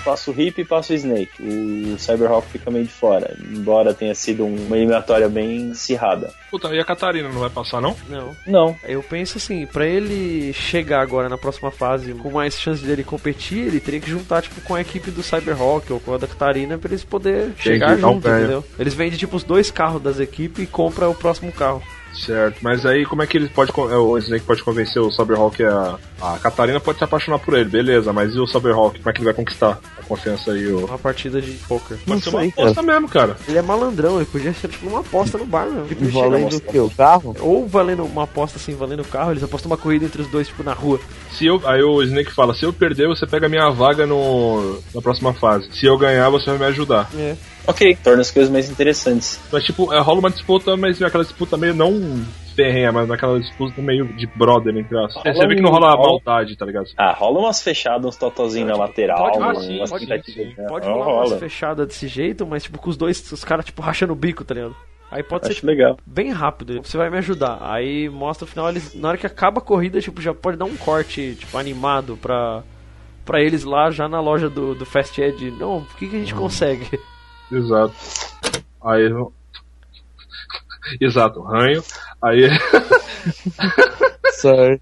[SPEAKER 3] Passa o Hip e passa o Snake. O Cyberhawk fica meio de fora. Embora tenha sido um- uma eliminatória bem acirrada.
[SPEAKER 7] Puta, e a Catarina não vai passar, não?
[SPEAKER 1] Não.
[SPEAKER 3] Não.
[SPEAKER 1] Eu penso assim, pra ele chegar agora na próxima fase com mais chance dele competir, ele teria que juntar tipo com a equipe do Cyberhawk ou com a da Catarina pra eles poderem chegar
[SPEAKER 7] que dar um
[SPEAKER 1] junto,
[SPEAKER 7] ganho.
[SPEAKER 1] entendeu? Eles vendem tipo os dois carros das equipes e compra o próximo carro.
[SPEAKER 7] Certo, mas aí como é que ele pode. con- é, O Snake pode convencer o Cyberhawk a. A Catarina pode se apaixonar por ele, beleza, mas e o Cyberhawk? Como é que ele vai conquistar a confiança aí? O...
[SPEAKER 1] Uma partida de poker.
[SPEAKER 7] Pode ser uma
[SPEAKER 6] sei,
[SPEAKER 7] aposta mesmo, cara.
[SPEAKER 1] Ele é malandrão, ele podia ser tipo uma aposta no bar, meu. Tipo, ele chega-
[SPEAKER 6] Valendo o quê? O carro?
[SPEAKER 1] ou valendo uma aposta assim, valendo o carro, eles apostam uma corrida entre os dois, tipo, na rua.
[SPEAKER 7] Se eu, aí o Snake fala: se eu perder, você pega a minha vaga no, na próxima fase. Se eu ganhar, você vai me ajudar.
[SPEAKER 1] É.
[SPEAKER 3] Ok, torna as coisas mais interessantes.
[SPEAKER 7] Mas, tipo, é, rola uma disputa, mas aquela disputa meio não ferrenha, mas naquela disputa meio de brother, entre as. É, você vê que não rola maldade, tá ligado?
[SPEAKER 3] Ah, rola umas fechadas, uns totozinhos na lateral.
[SPEAKER 7] pode- ah,
[SPEAKER 3] umas
[SPEAKER 7] sim, pode-
[SPEAKER 3] tentativas-
[SPEAKER 7] sim,
[SPEAKER 1] Pode
[SPEAKER 3] Ah,
[SPEAKER 1] rolar umas
[SPEAKER 3] rola.
[SPEAKER 1] fechadas desse jeito, mas tipo, com os dois, os caras, tipo, rachando o bico, tá ligado? Aí pode ser tipo,
[SPEAKER 3] Acho legal.
[SPEAKER 1] bem rápido, você vai me ajudar. Aí mostra o final, eles, na hora que acaba a corrida, tipo, já pode dar um corte, tipo, animado pra, pra eles lá, já na loja do, do Fast Ed. Não, o que, que a
[SPEAKER 3] Uhum.
[SPEAKER 1] gente consegue?
[SPEAKER 7] Exato. Aí. eu- Exato, ranho. Aí.
[SPEAKER 6] Sorry.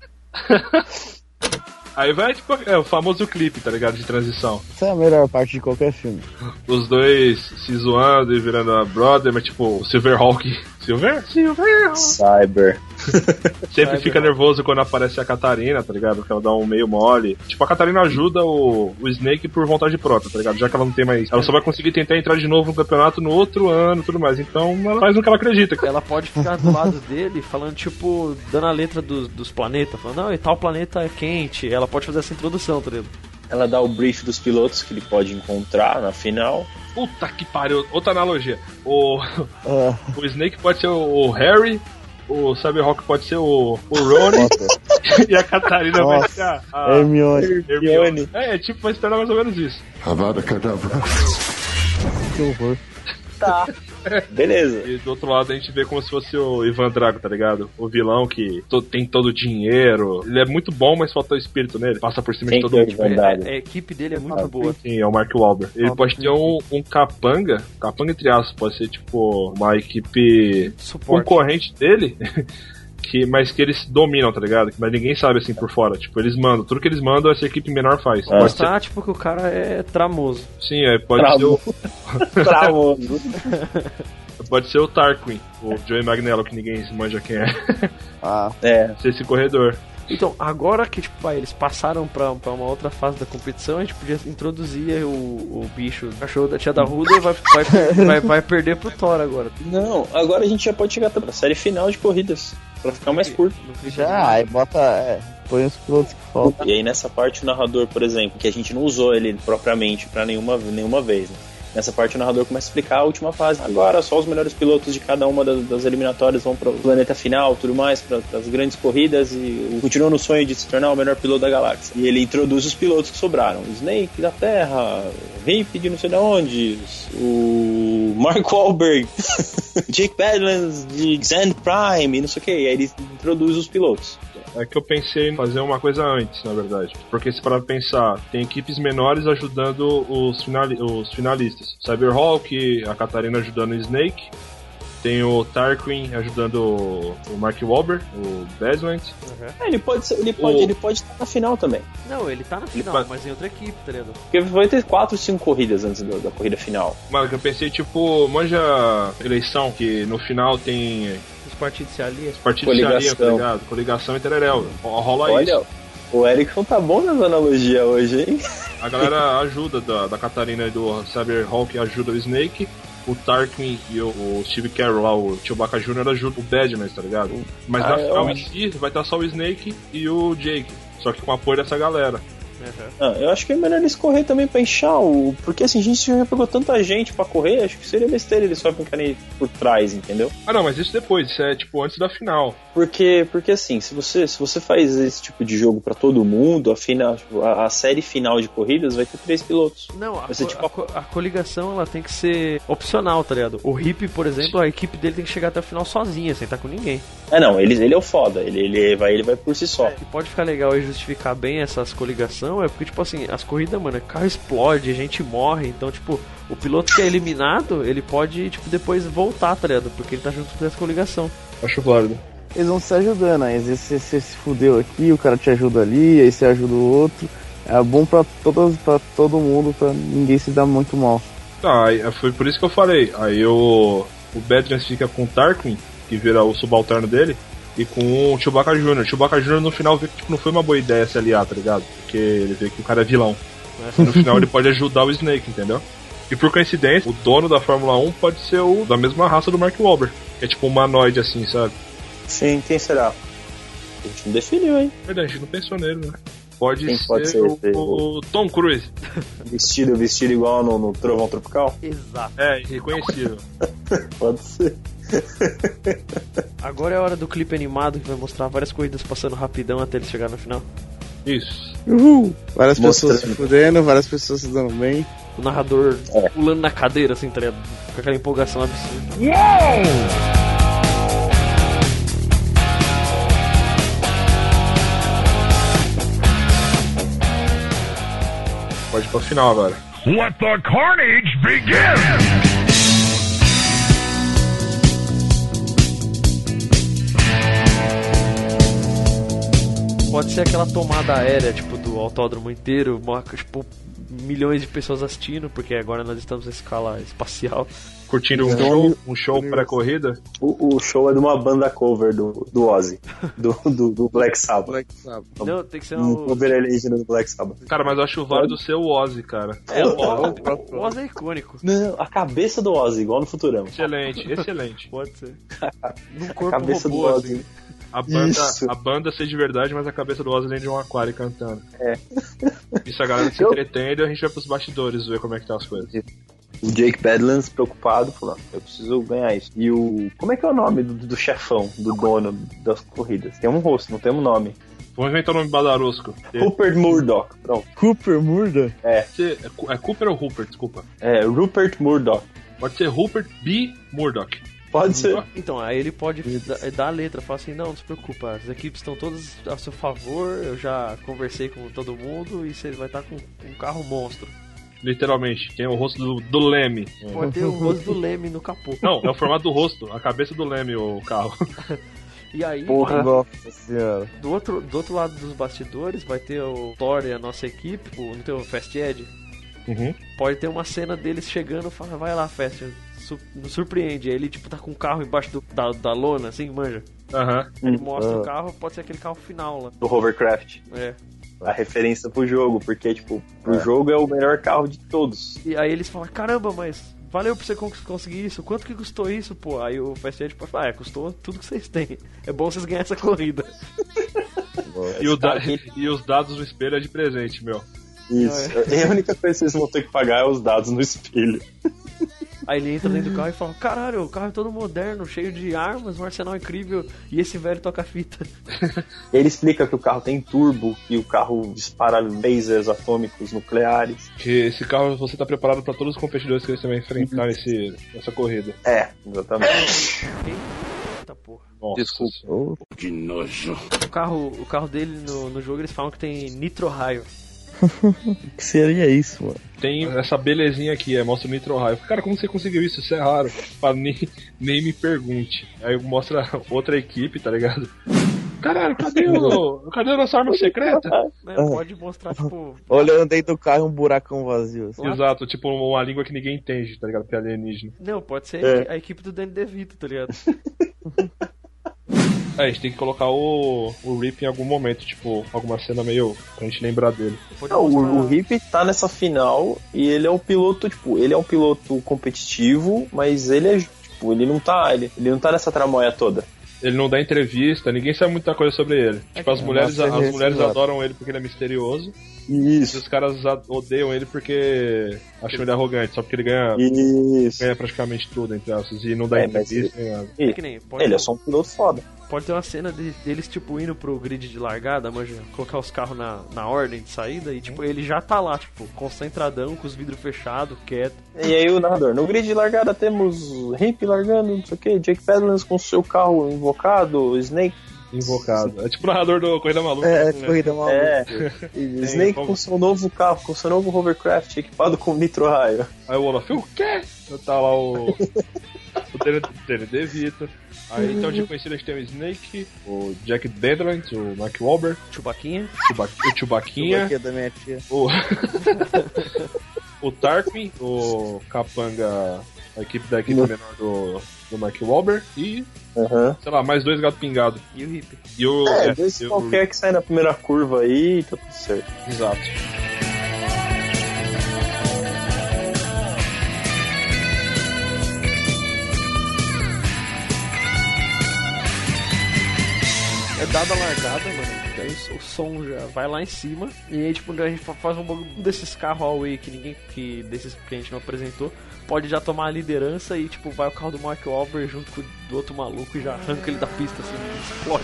[SPEAKER 7] Aí vai, tipo, é o famoso clipe, tá ligado? De transição.
[SPEAKER 6] Essa é a melhor parte de qualquer filme.
[SPEAKER 7] Os dois se zoando e virando a brother, mas tipo, o Silverhawk. Silver? Silver!
[SPEAKER 3] Cyber.
[SPEAKER 7] Sempre fica nervoso quando aparece a Catarina, tá ligado? Que ela dá um meio mole. Tipo, a Catarina ajuda o, o Snake por vontade própria, tá ligado? Já que ela não tem mais. Ela só vai conseguir tentar entrar de novo no campeonato no outro ano e tudo mais. Então ela faz no que ela acredita.
[SPEAKER 1] Ela pode ficar do lado dele falando, tipo, dando a letra dos, dos planetas, falando, não, e tal planeta é quente. Ela pode fazer essa introdução, tá ligado?
[SPEAKER 3] Ela dá o brief dos pilotos que ele pode encontrar na final.
[SPEAKER 7] Puta que pariu, outra analogia. O,
[SPEAKER 6] Ah,
[SPEAKER 7] o Snake pode ser o, o Harry, o Cyberhawk pode ser o, o Rony e a Catarina vai
[SPEAKER 6] Nossa. É
[SPEAKER 7] ser a, a
[SPEAKER 6] Hermione.
[SPEAKER 7] Hermione. É, é tipo uma história mais ou menos isso.
[SPEAKER 6] Que horror.
[SPEAKER 3] Beleza.
[SPEAKER 7] E do outro lado a gente vê como se fosse o Ivan Drago, tá ligado? O vilão que to- tem todo o dinheiro. Ele é muito bom, mas falta o espírito nele. Passa por cima
[SPEAKER 3] Quem
[SPEAKER 7] de todo
[SPEAKER 3] que é o
[SPEAKER 7] mundo.
[SPEAKER 3] Ivan Drago?
[SPEAKER 1] A, a equipe dele é muito
[SPEAKER 3] Um
[SPEAKER 1] boa.
[SPEAKER 7] Sim, é o Mark Wahlberg. Ele pode ter um, um capanga, capanga entre aspas, pode ser tipo uma equipe
[SPEAKER 1] Suporte.
[SPEAKER 7] concorrente dele, que, mas que eles dominam, tá ligado? Mas ninguém sabe assim por fora. Tipo, eles mandam. Tudo que eles mandam, essa equipe menor faz.
[SPEAKER 3] Ah.
[SPEAKER 7] Pode ser,
[SPEAKER 1] Mostrar, tipo, que o cara é tramoso.
[SPEAKER 7] sim, é, pode
[SPEAKER 3] Bravo.
[SPEAKER 7] ser o,
[SPEAKER 3] Travou.
[SPEAKER 7] pode ser o Tarquin, o Joey Magnello, que ninguém manja quem é.
[SPEAKER 6] Ah,
[SPEAKER 3] É,
[SPEAKER 7] Pode ser esse corredor.
[SPEAKER 1] Então, agora que, tipo, ah, eles passaram pra, pra uma outra fase da competição, a gente podia introduzir o, o bicho, o cachorro da tia da Ruda e vai, vai, vai, vai perder pro Thor agora.
[SPEAKER 3] não, agora a gente já pode chegar até pra série final de corridas, pra ficar mais curto.
[SPEAKER 1] Não fica
[SPEAKER 6] já, aí bota. É, põe os pilotos que faltam.
[SPEAKER 3] E aí nessa parte o narrador, por exemplo, que a gente não usou ele propriamente pra nenhuma, nenhuma vez, né? Nessa parte o narrador começa a explicar a última fase. Agora só os melhores pilotos de cada uma das, das eliminatórias vão para o planeta final, tudo mais, para as grandes corridas e continua no sonho de se tornar o melhor piloto da galáxia. E ele introduz os pilotos que sobraram: o Snake da Terra, o Hip de não sei de onde, o Mark Wahlberg, Jake Badlands de Xand Prime e não sei o que. E aí ele introduz os pilotos.
[SPEAKER 7] É que eu pensei em fazer uma coisa antes, na verdade. Porque se para pensar, tem equipes menores ajudando os, finali os finalistas. Cyberhawk, a Catarina ajudando o Snake. Tem o Tarquin ajudando o- o Mark Wahlberg, o Badlands.
[SPEAKER 3] É, ele pode ser- ele pode,
[SPEAKER 7] O-
[SPEAKER 3] ele pode estar na final também.
[SPEAKER 1] Não, ele tá na final,
[SPEAKER 7] vai-
[SPEAKER 1] mas em outra equipe, tá ligado?
[SPEAKER 3] Porque vai ter 4 ou 5 corridas antes do- da corrida final.
[SPEAKER 7] Mano, que eu pensei, tipo, manja eleição, que no final tem
[SPEAKER 1] Os partidos se aliam.
[SPEAKER 7] partido de areia, tá
[SPEAKER 3] Coligação.
[SPEAKER 7] ligado? Coligação e tereréu. Ro- Rola
[SPEAKER 3] Olha,
[SPEAKER 7] isso.
[SPEAKER 3] o Erickson tá bom nas analogias hoje, hein?
[SPEAKER 7] A galera ajuda da, da Catarina e do Cyberhawk ajuda o Snake. O Tarquin e o, o Steve Carroll lá, o Chewbacca Jr. ajuda o Badman, tá ligado? Mas
[SPEAKER 3] Ah,
[SPEAKER 7] na
[SPEAKER 3] eu
[SPEAKER 7] final em
[SPEAKER 3] acho.
[SPEAKER 7] si vai estar só o Snake e o Jake. Só que com o apoio dessa galera.
[SPEAKER 3] Ah, eu acho que é melhor eles correr também pra inchar o. Porque assim, a gente já pegou tanta gente pra correr, acho que seria besteira eles só ficarem por trás, entendeu?
[SPEAKER 7] Ah não, mas isso depois, isso é tipo antes da final.
[SPEAKER 3] Porque, porque assim, se você, se você faz esse tipo de jogo pra todo mundo, a, final, a, a série final de corridas vai ter três pilotos.
[SPEAKER 1] Não, a,
[SPEAKER 3] Vai ser
[SPEAKER 1] co-
[SPEAKER 3] tipo
[SPEAKER 1] a co- a coligação ela tem que ser opcional, tá ligado? O Hip, por exemplo, a equipe dele tem que chegar até o final sozinha, sem estar com ninguém.
[SPEAKER 3] É não, ele, ele é o foda, ele, ele, vai, ele vai por si só.
[SPEAKER 1] que pode ficar legal e justificar bem essas coligação é porque, tipo assim, as corridas, mano, carro explode, gente morre, então, tipo, o piloto que é eliminado, ele pode, tipo, depois voltar, tá ligado? Porque ele tá junto com essa coligação.
[SPEAKER 7] Acho válido.
[SPEAKER 6] Eles vão se ajudando, aí às vezes você, você se fudeu aqui, o cara te ajuda ali, aí você ajuda o outro. É bom pra, todas, pra todo mundo, pra ninguém se dar muito mal.
[SPEAKER 7] Tá, aí, foi por isso que eu falei. Aí o, o Badlands fica com o Tarquin, que vira o subalterno dele, e com o Chewbacca Jr. O Chewbacca Jr. no final vê que tipo, não foi uma boa ideia se aliar, tá ligado? Porque ele vê que o cara é vilão. E no final ele pode ajudar o Snake, entendeu? E por coincidência, o dono da Fórmula 1 pode ser o da mesma raça do Mark Wahlberg, que é tipo um humanoide assim, sabe?
[SPEAKER 3] Sim, quem será? A gente não definiu, hein?
[SPEAKER 7] Verdade, a gente não pensou nele, né? Pode,
[SPEAKER 3] Quem
[SPEAKER 7] ser,
[SPEAKER 3] pode ser
[SPEAKER 7] o,
[SPEAKER 3] esse-
[SPEAKER 7] o Tom Cruise.
[SPEAKER 3] Vestido, vestido igual no, no Trovão Tropical?
[SPEAKER 1] Exato.
[SPEAKER 7] É, irreconhecível.
[SPEAKER 3] Pode ser.
[SPEAKER 1] Agora é a hora do clipe animado que vai mostrar várias corridas passando rapidão até ele chegar no final.
[SPEAKER 7] Isso.
[SPEAKER 6] Uhul! Várias
[SPEAKER 1] Mostrando.
[SPEAKER 6] pessoas se fudendo, várias pessoas se dando bem.
[SPEAKER 1] O narrador pulando na cadeira, assim, tá ligado? Com aquela empolgação absurda.
[SPEAKER 7] Pode ir pra final agora.
[SPEAKER 4] Let the carnage begin!
[SPEAKER 1] Pode ser aquela tomada aérea, tipo, do autódromo inteiro, uma- tipo, milhões de pessoas assistindo, porque agora nós estamos em escala espacial.
[SPEAKER 7] Curtindo um show, um show pré-corrida.
[SPEAKER 3] O, o show é de uma banda cover do, do Ozzy, do, do, do Black Sabbath.
[SPEAKER 1] Não, tem que ser
[SPEAKER 3] um
[SPEAKER 1] um-
[SPEAKER 3] cover alienígena do Black Sabbath.
[SPEAKER 7] Cara, mas eu acho válido ser o Ozzy, cara.
[SPEAKER 3] É, o
[SPEAKER 1] Oz- Então, O Oz é icônico.
[SPEAKER 3] Não, a cabeça do Ozzy, igual no Futurama.
[SPEAKER 7] Excelente, excelente.
[SPEAKER 1] Pode ser.
[SPEAKER 3] No
[SPEAKER 1] corpo
[SPEAKER 3] cabeça
[SPEAKER 1] robô,
[SPEAKER 3] do Ozzy.
[SPEAKER 1] assim.
[SPEAKER 7] A banda,
[SPEAKER 3] Isso.
[SPEAKER 7] a banda ser de verdade, mas a cabeça do Ozzy dentro de um aquário cantando.
[SPEAKER 3] É.
[SPEAKER 7] Isso a galera se
[SPEAKER 3] Eu-
[SPEAKER 7] entretendo e a gente vai pros bastidores ver como é que tá as coisas.
[SPEAKER 3] O Jake Badlands preocupado, falando, eu preciso ganhar isso. E o. Como é que é o nome do, do chefão, do dono das corridas? Tem um rosto, não tem um nome.
[SPEAKER 7] Vamos inventar o nome Badarusco.
[SPEAKER 3] Rupert Murdoch, pronto.
[SPEAKER 6] Cooper Murda?
[SPEAKER 3] É.
[SPEAKER 7] Ser- é Cu- é Cooper ou Rupert, desculpa.
[SPEAKER 3] É, Rupert Murdoch.
[SPEAKER 7] Pode ser Rupert B. Murdoch.
[SPEAKER 3] Pode ser.
[SPEAKER 1] Então, aí ele pode da- dar a letra, falar assim, não, não se preocupa, as equipes estão todas a seu favor, eu já conversei com todo mundo e você vai estar com um carro monstro.
[SPEAKER 7] Literalmente, tem o rosto do, do Leme.
[SPEAKER 1] Pode ter o rosto do Leme no capô.
[SPEAKER 7] Não, é o formato do rosto, a cabeça do Leme, o carro.
[SPEAKER 1] E aí,
[SPEAKER 6] Nossa senhora.
[SPEAKER 1] do outro, do outro lado dos bastidores, vai ter o Thor e a nossa equipe, o, não tem o Fast Ed?
[SPEAKER 7] Uhum.
[SPEAKER 1] Pode ter uma cena deles chegando e fala, vai lá, Fast, su- nos surpreende. Aí ele, tipo, tá com o carro embaixo do- da, da lona, assim, manja.
[SPEAKER 7] Aham.
[SPEAKER 1] Ele mostra o
[SPEAKER 3] Ah.
[SPEAKER 1] carro, pode ser aquele carro final lá.
[SPEAKER 3] Do Hovercraft.
[SPEAKER 1] É.
[SPEAKER 3] A referência pro jogo, porque, tipo, pro jogo é o melhor carro de todos.
[SPEAKER 1] E aí eles falam, caramba, mas valeu pra você cons- conseguir isso, quanto que custou isso, pô? Aí o Fast Ed pode falar, ah, custou tudo que vocês têm. É bom vocês ganharem essa corrida.
[SPEAKER 7] E, o da- e os dados do espelho é de presente, meu.
[SPEAKER 3] Isso. É. A única coisa que vocês vão ter que pagar é os dados no espelho.
[SPEAKER 1] Aí ele entra dentro do carro e fala, caralho, o carro é todo moderno, cheio de armas, um arsenal incrível, e esse velho toca fita.
[SPEAKER 3] Ele explica que o carro tem turbo e o carro dispara lasers atômicos nucleares.
[SPEAKER 7] Que esse carro você tá preparado pra todos os competidores que você vai enfrentar nesse, nessa corrida.
[SPEAKER 3] É, exatamente.
[SPEAKER 1] Eita porra.
[SPEAKER 6] Desculpa.
[SPEAKER 5] Que nojo.
[SPEAKER 1] O carro, o carro dele no, no jogo eles falam que tem nitro raio.
[SPEAKER 6] O que seria isso, mano?
[SPEAKER 7] Tem essa belezinha aqui, é, mostra o Nitro Raio. Cara, como você conseguiu isso? Isso é raro. Fala, nem, nem me pergunte. Aí mostra outra equipe, tá ligado? Caralho, cadê, o, cadê a nossa arma secreta?
[SPEAKER 1] Né?
[SPEAKER 3] Ah.
[SPEAKER 1] Pode mostrar, tipo,
[SPEAKER 6] Olhando dentro do carro um buracão vazio. assim.
[SPEAKER 7] Exato, tipo uma língua que ninguém entende, tá ligado? Que é alienígena.
[SPEAKER 1] não, pode ser
[SPEAKER 6] É.
[SPEAKER 1] a equipe do Danny DeVito, tá ligado?
[SPEAKER 7] Aí É, a gente tem que colocar o, o Rip em algum momento, tipo, alguma cena meio pra gente lembrar dele.
[SPEAKER 3] Não, o, o Rip tá nessa final e ele é um piloto, tipo, ele é um piloto competitivo, mas ele é, tipo, ele não tá, ele, ele não tá nessa tramóia toda.
[SPEAKER 7] Ele não dá entrevista, ninguém sabe muita coisa sobre ele. Tipo, as
[SPEAKER 6] É,
[SPEAKER 7] mulheres,
[SPEAKER 6] nossa,
[SPEAKER 7] as
[SPEAKER 6] é
[SPEAKER 7] mulheres
[SPEAKER 6] exato.
[SPEAKER 7] adoram ele porque ele é misterioso.
[SPEAKER 3] Isso.
[SPEAKER 7] E os caras a- odeiam ele porque acham ele arrogante, só porque ele ganha,
[SPEAKER 3] Isso.
[SPEAKER 7] ganha praticamente tudo, entre aspas, e não dá
[SPEAKER 3] É, mas
[SPEAKER 7] entrevista.
[SPEAKER 3] ele-
[SPEAKER 7] nem nada.
[SPEAKER 1] É que nem, pode-
[SPEAKER 3] Ele é só um piloto foda.
[SPEAKER 1] Pode ter uma cena de- deles, tipo, indo pro grid de largada, manja, colocar os carros na, na ordem de saída e, tipo, ele já tá lá, tipo, concentradão, com os vidros fechados, quieto.
[SPEAKER 3] E aí o narrador, no grid de largada temos Hip largando, não sei o que, Jake Pedlins com seu carro invocado, Snake.
[SPEAKER 7] Invocado. É tipo o narrador do Corrida Maluca.
[SPEAKER 3] É,
[SPEAKER 7] né?
[SPEAKER 3] Corrida Maluca. É. E
[SPEAKER 7] Tem
[SPEAKER 3] Snake
[SPEAKER 7] como-
[SPEAKER 3] com seu novo carro, com seu novo hovercraft equipado com nitro raio.
[SPEAKER 7] Aí o Olaf, o quê? Tá lá o. o Danny DeVito. Aí então
[SPEAKER 3] Uhum.
[SPEAKER 7] de conhecido a gente tem o Snake, o Jack Deadland, o Mark Wahlberg.
[SPEAKER 1] Chubaquinha.
[SPEAKER 7] o Chewbacquinha.
[SPEAKER 6] Aqui é da minha tia.
[SPEAKER 7] O... o Tarquin, o Capanga, a equipe da equipe menor do, do Mark Wahlberg. E,
[SPEAKER 3] Uhum. Aham.
[SPEAKER 7] sei lá, mais dois gato pingado.
[SPEAKER 1] E o hippie.
[SPEAKER 7] E o.
[SPEAKER 3] É,
[SPEAKER 7] é,
[SPEAKER 3] dois
[SPEAKER 7] e o-
[SPEAKER 3] qualquer que sai na primeira curva aí, tá tudo certo.
[SPEAKER 7] Exato.
[SPEAKER 1] É dada a largada, mano. Daí o som já vai lá em cima. E aí, tipo, a gente fa- faz um bagulho desses carros away que ninguém. Que, desses que a gente não apresentou. Pode já tomar a liderança e, tipo, vai o carro do Mark Wahlberg junto com o do outro maluco e já arranca ele da pista, assim, explode.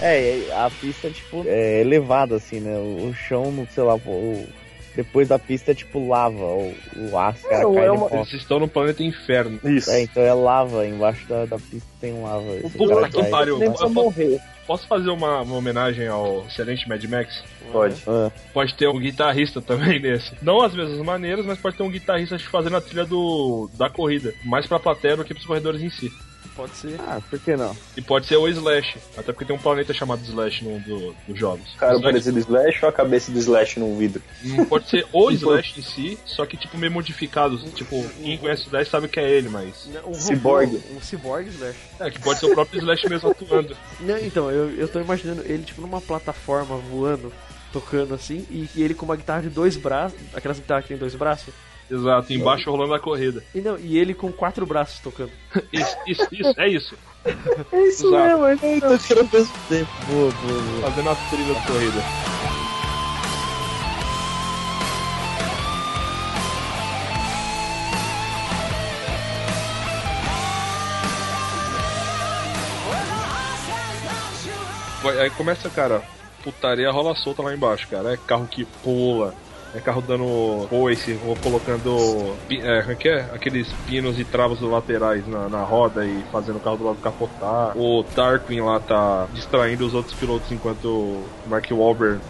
[SPEAKER 6] É, e a pista, tipo, é elevada, assim, né? O o chão, não sei lá, o... depois da pista é tipo lava, o, o ar, os caras
[SPEAKER 3] Não,
[SPEAKER 6] caem
[SPEAKER 3] é
[SPEAKER 6] no
[SPEAKER 3] uma-
[SPEAKER 6] pó.
[SPEAKER 7] Vocês estão no planeta inferno.
[SPEAKER 3] Isso.
[SPEAKER 6] É, então é lava, embaixo da, da pista tem lava. esses
[SPEAKER 7] puta
[SPEAKER 6] caras
[SPEAKER 7] que
[SPEAKER 6] caem.
[SPEAKER 7] pariu. É.
[SPEAKER 3] Nem precisa morrer.
[SPEAKER 7] Posso fazer uma, uma homenagem ao excelente Mad Max?
[SPEAKER 3] Pode.
[SPEAKER 6] Ah,
[SPEAKER 7] Pode ter um guitarrista também nesse. Não as mesmas maneiras, mas pode ter um guitarrista fazendo a trilha do, da corrida. Mais pra plateia do que pros corredores em si.
[SPEAKER 1] Pode ser.
[SPEAKER 6] ah, por que não?
[SPEAKER 7] E pode ser o Slash. Até porque tem um planeta chamado Slash num do, dos jogos.
[SPEAKER 3] O cara
[SPEAKER 7] Slash-
[SPEAKER 3] parecido Slash ou a cabeça do Slash num vidro?
[SPEAKER 7] Hum, pode ser o Slash em si, só que tipo meio modificado. Tipo, quem conhece o Slash sabe que é ele, mas.
[SPEAKER 1] Né, Um
[SPEAKER 3] Ciborgue.
[SPEAKER 1] robô, Um ciborgue, Slash.
[SPEAKER 7] É, que pode ser o próprio Slash mesmo atuando.
[SPEAKER 1] Não, então, eu, eu tô imaginando ele, tipo, numa plataforma voando, tocando assim, e, e ele com uma guitarra de dois braços, aquelas guitarras que tem dois braços,
[SPEAKER 7] Exato, embaixo rolando a corrida.
[SPEAKER 1] e não, e ele com quatro braços tocando.
[SPEAKER 7] Isso, isso, isso, é isso.
[SPEAKER 6] É isso
[SPEAKER 7] Exato.
[SPEAKER 6] mesmo, ele aí tá tirando o mesmo tempo. Boa, boa, boa.
[SPEAKER 7] Fazendo a trilha da corrida. Vai- Aí começa, cara, putaria rola solta lá embaixo, cara. É carro que pula, é carro dando foice, ou colocando pi- é, como é que é? aqueles pinos e travas laterais na, na roda e fazendo o carro do lado capotar. O Tarquin lá tá distraindo os outros pilotos enquanto o Mark Wahlberg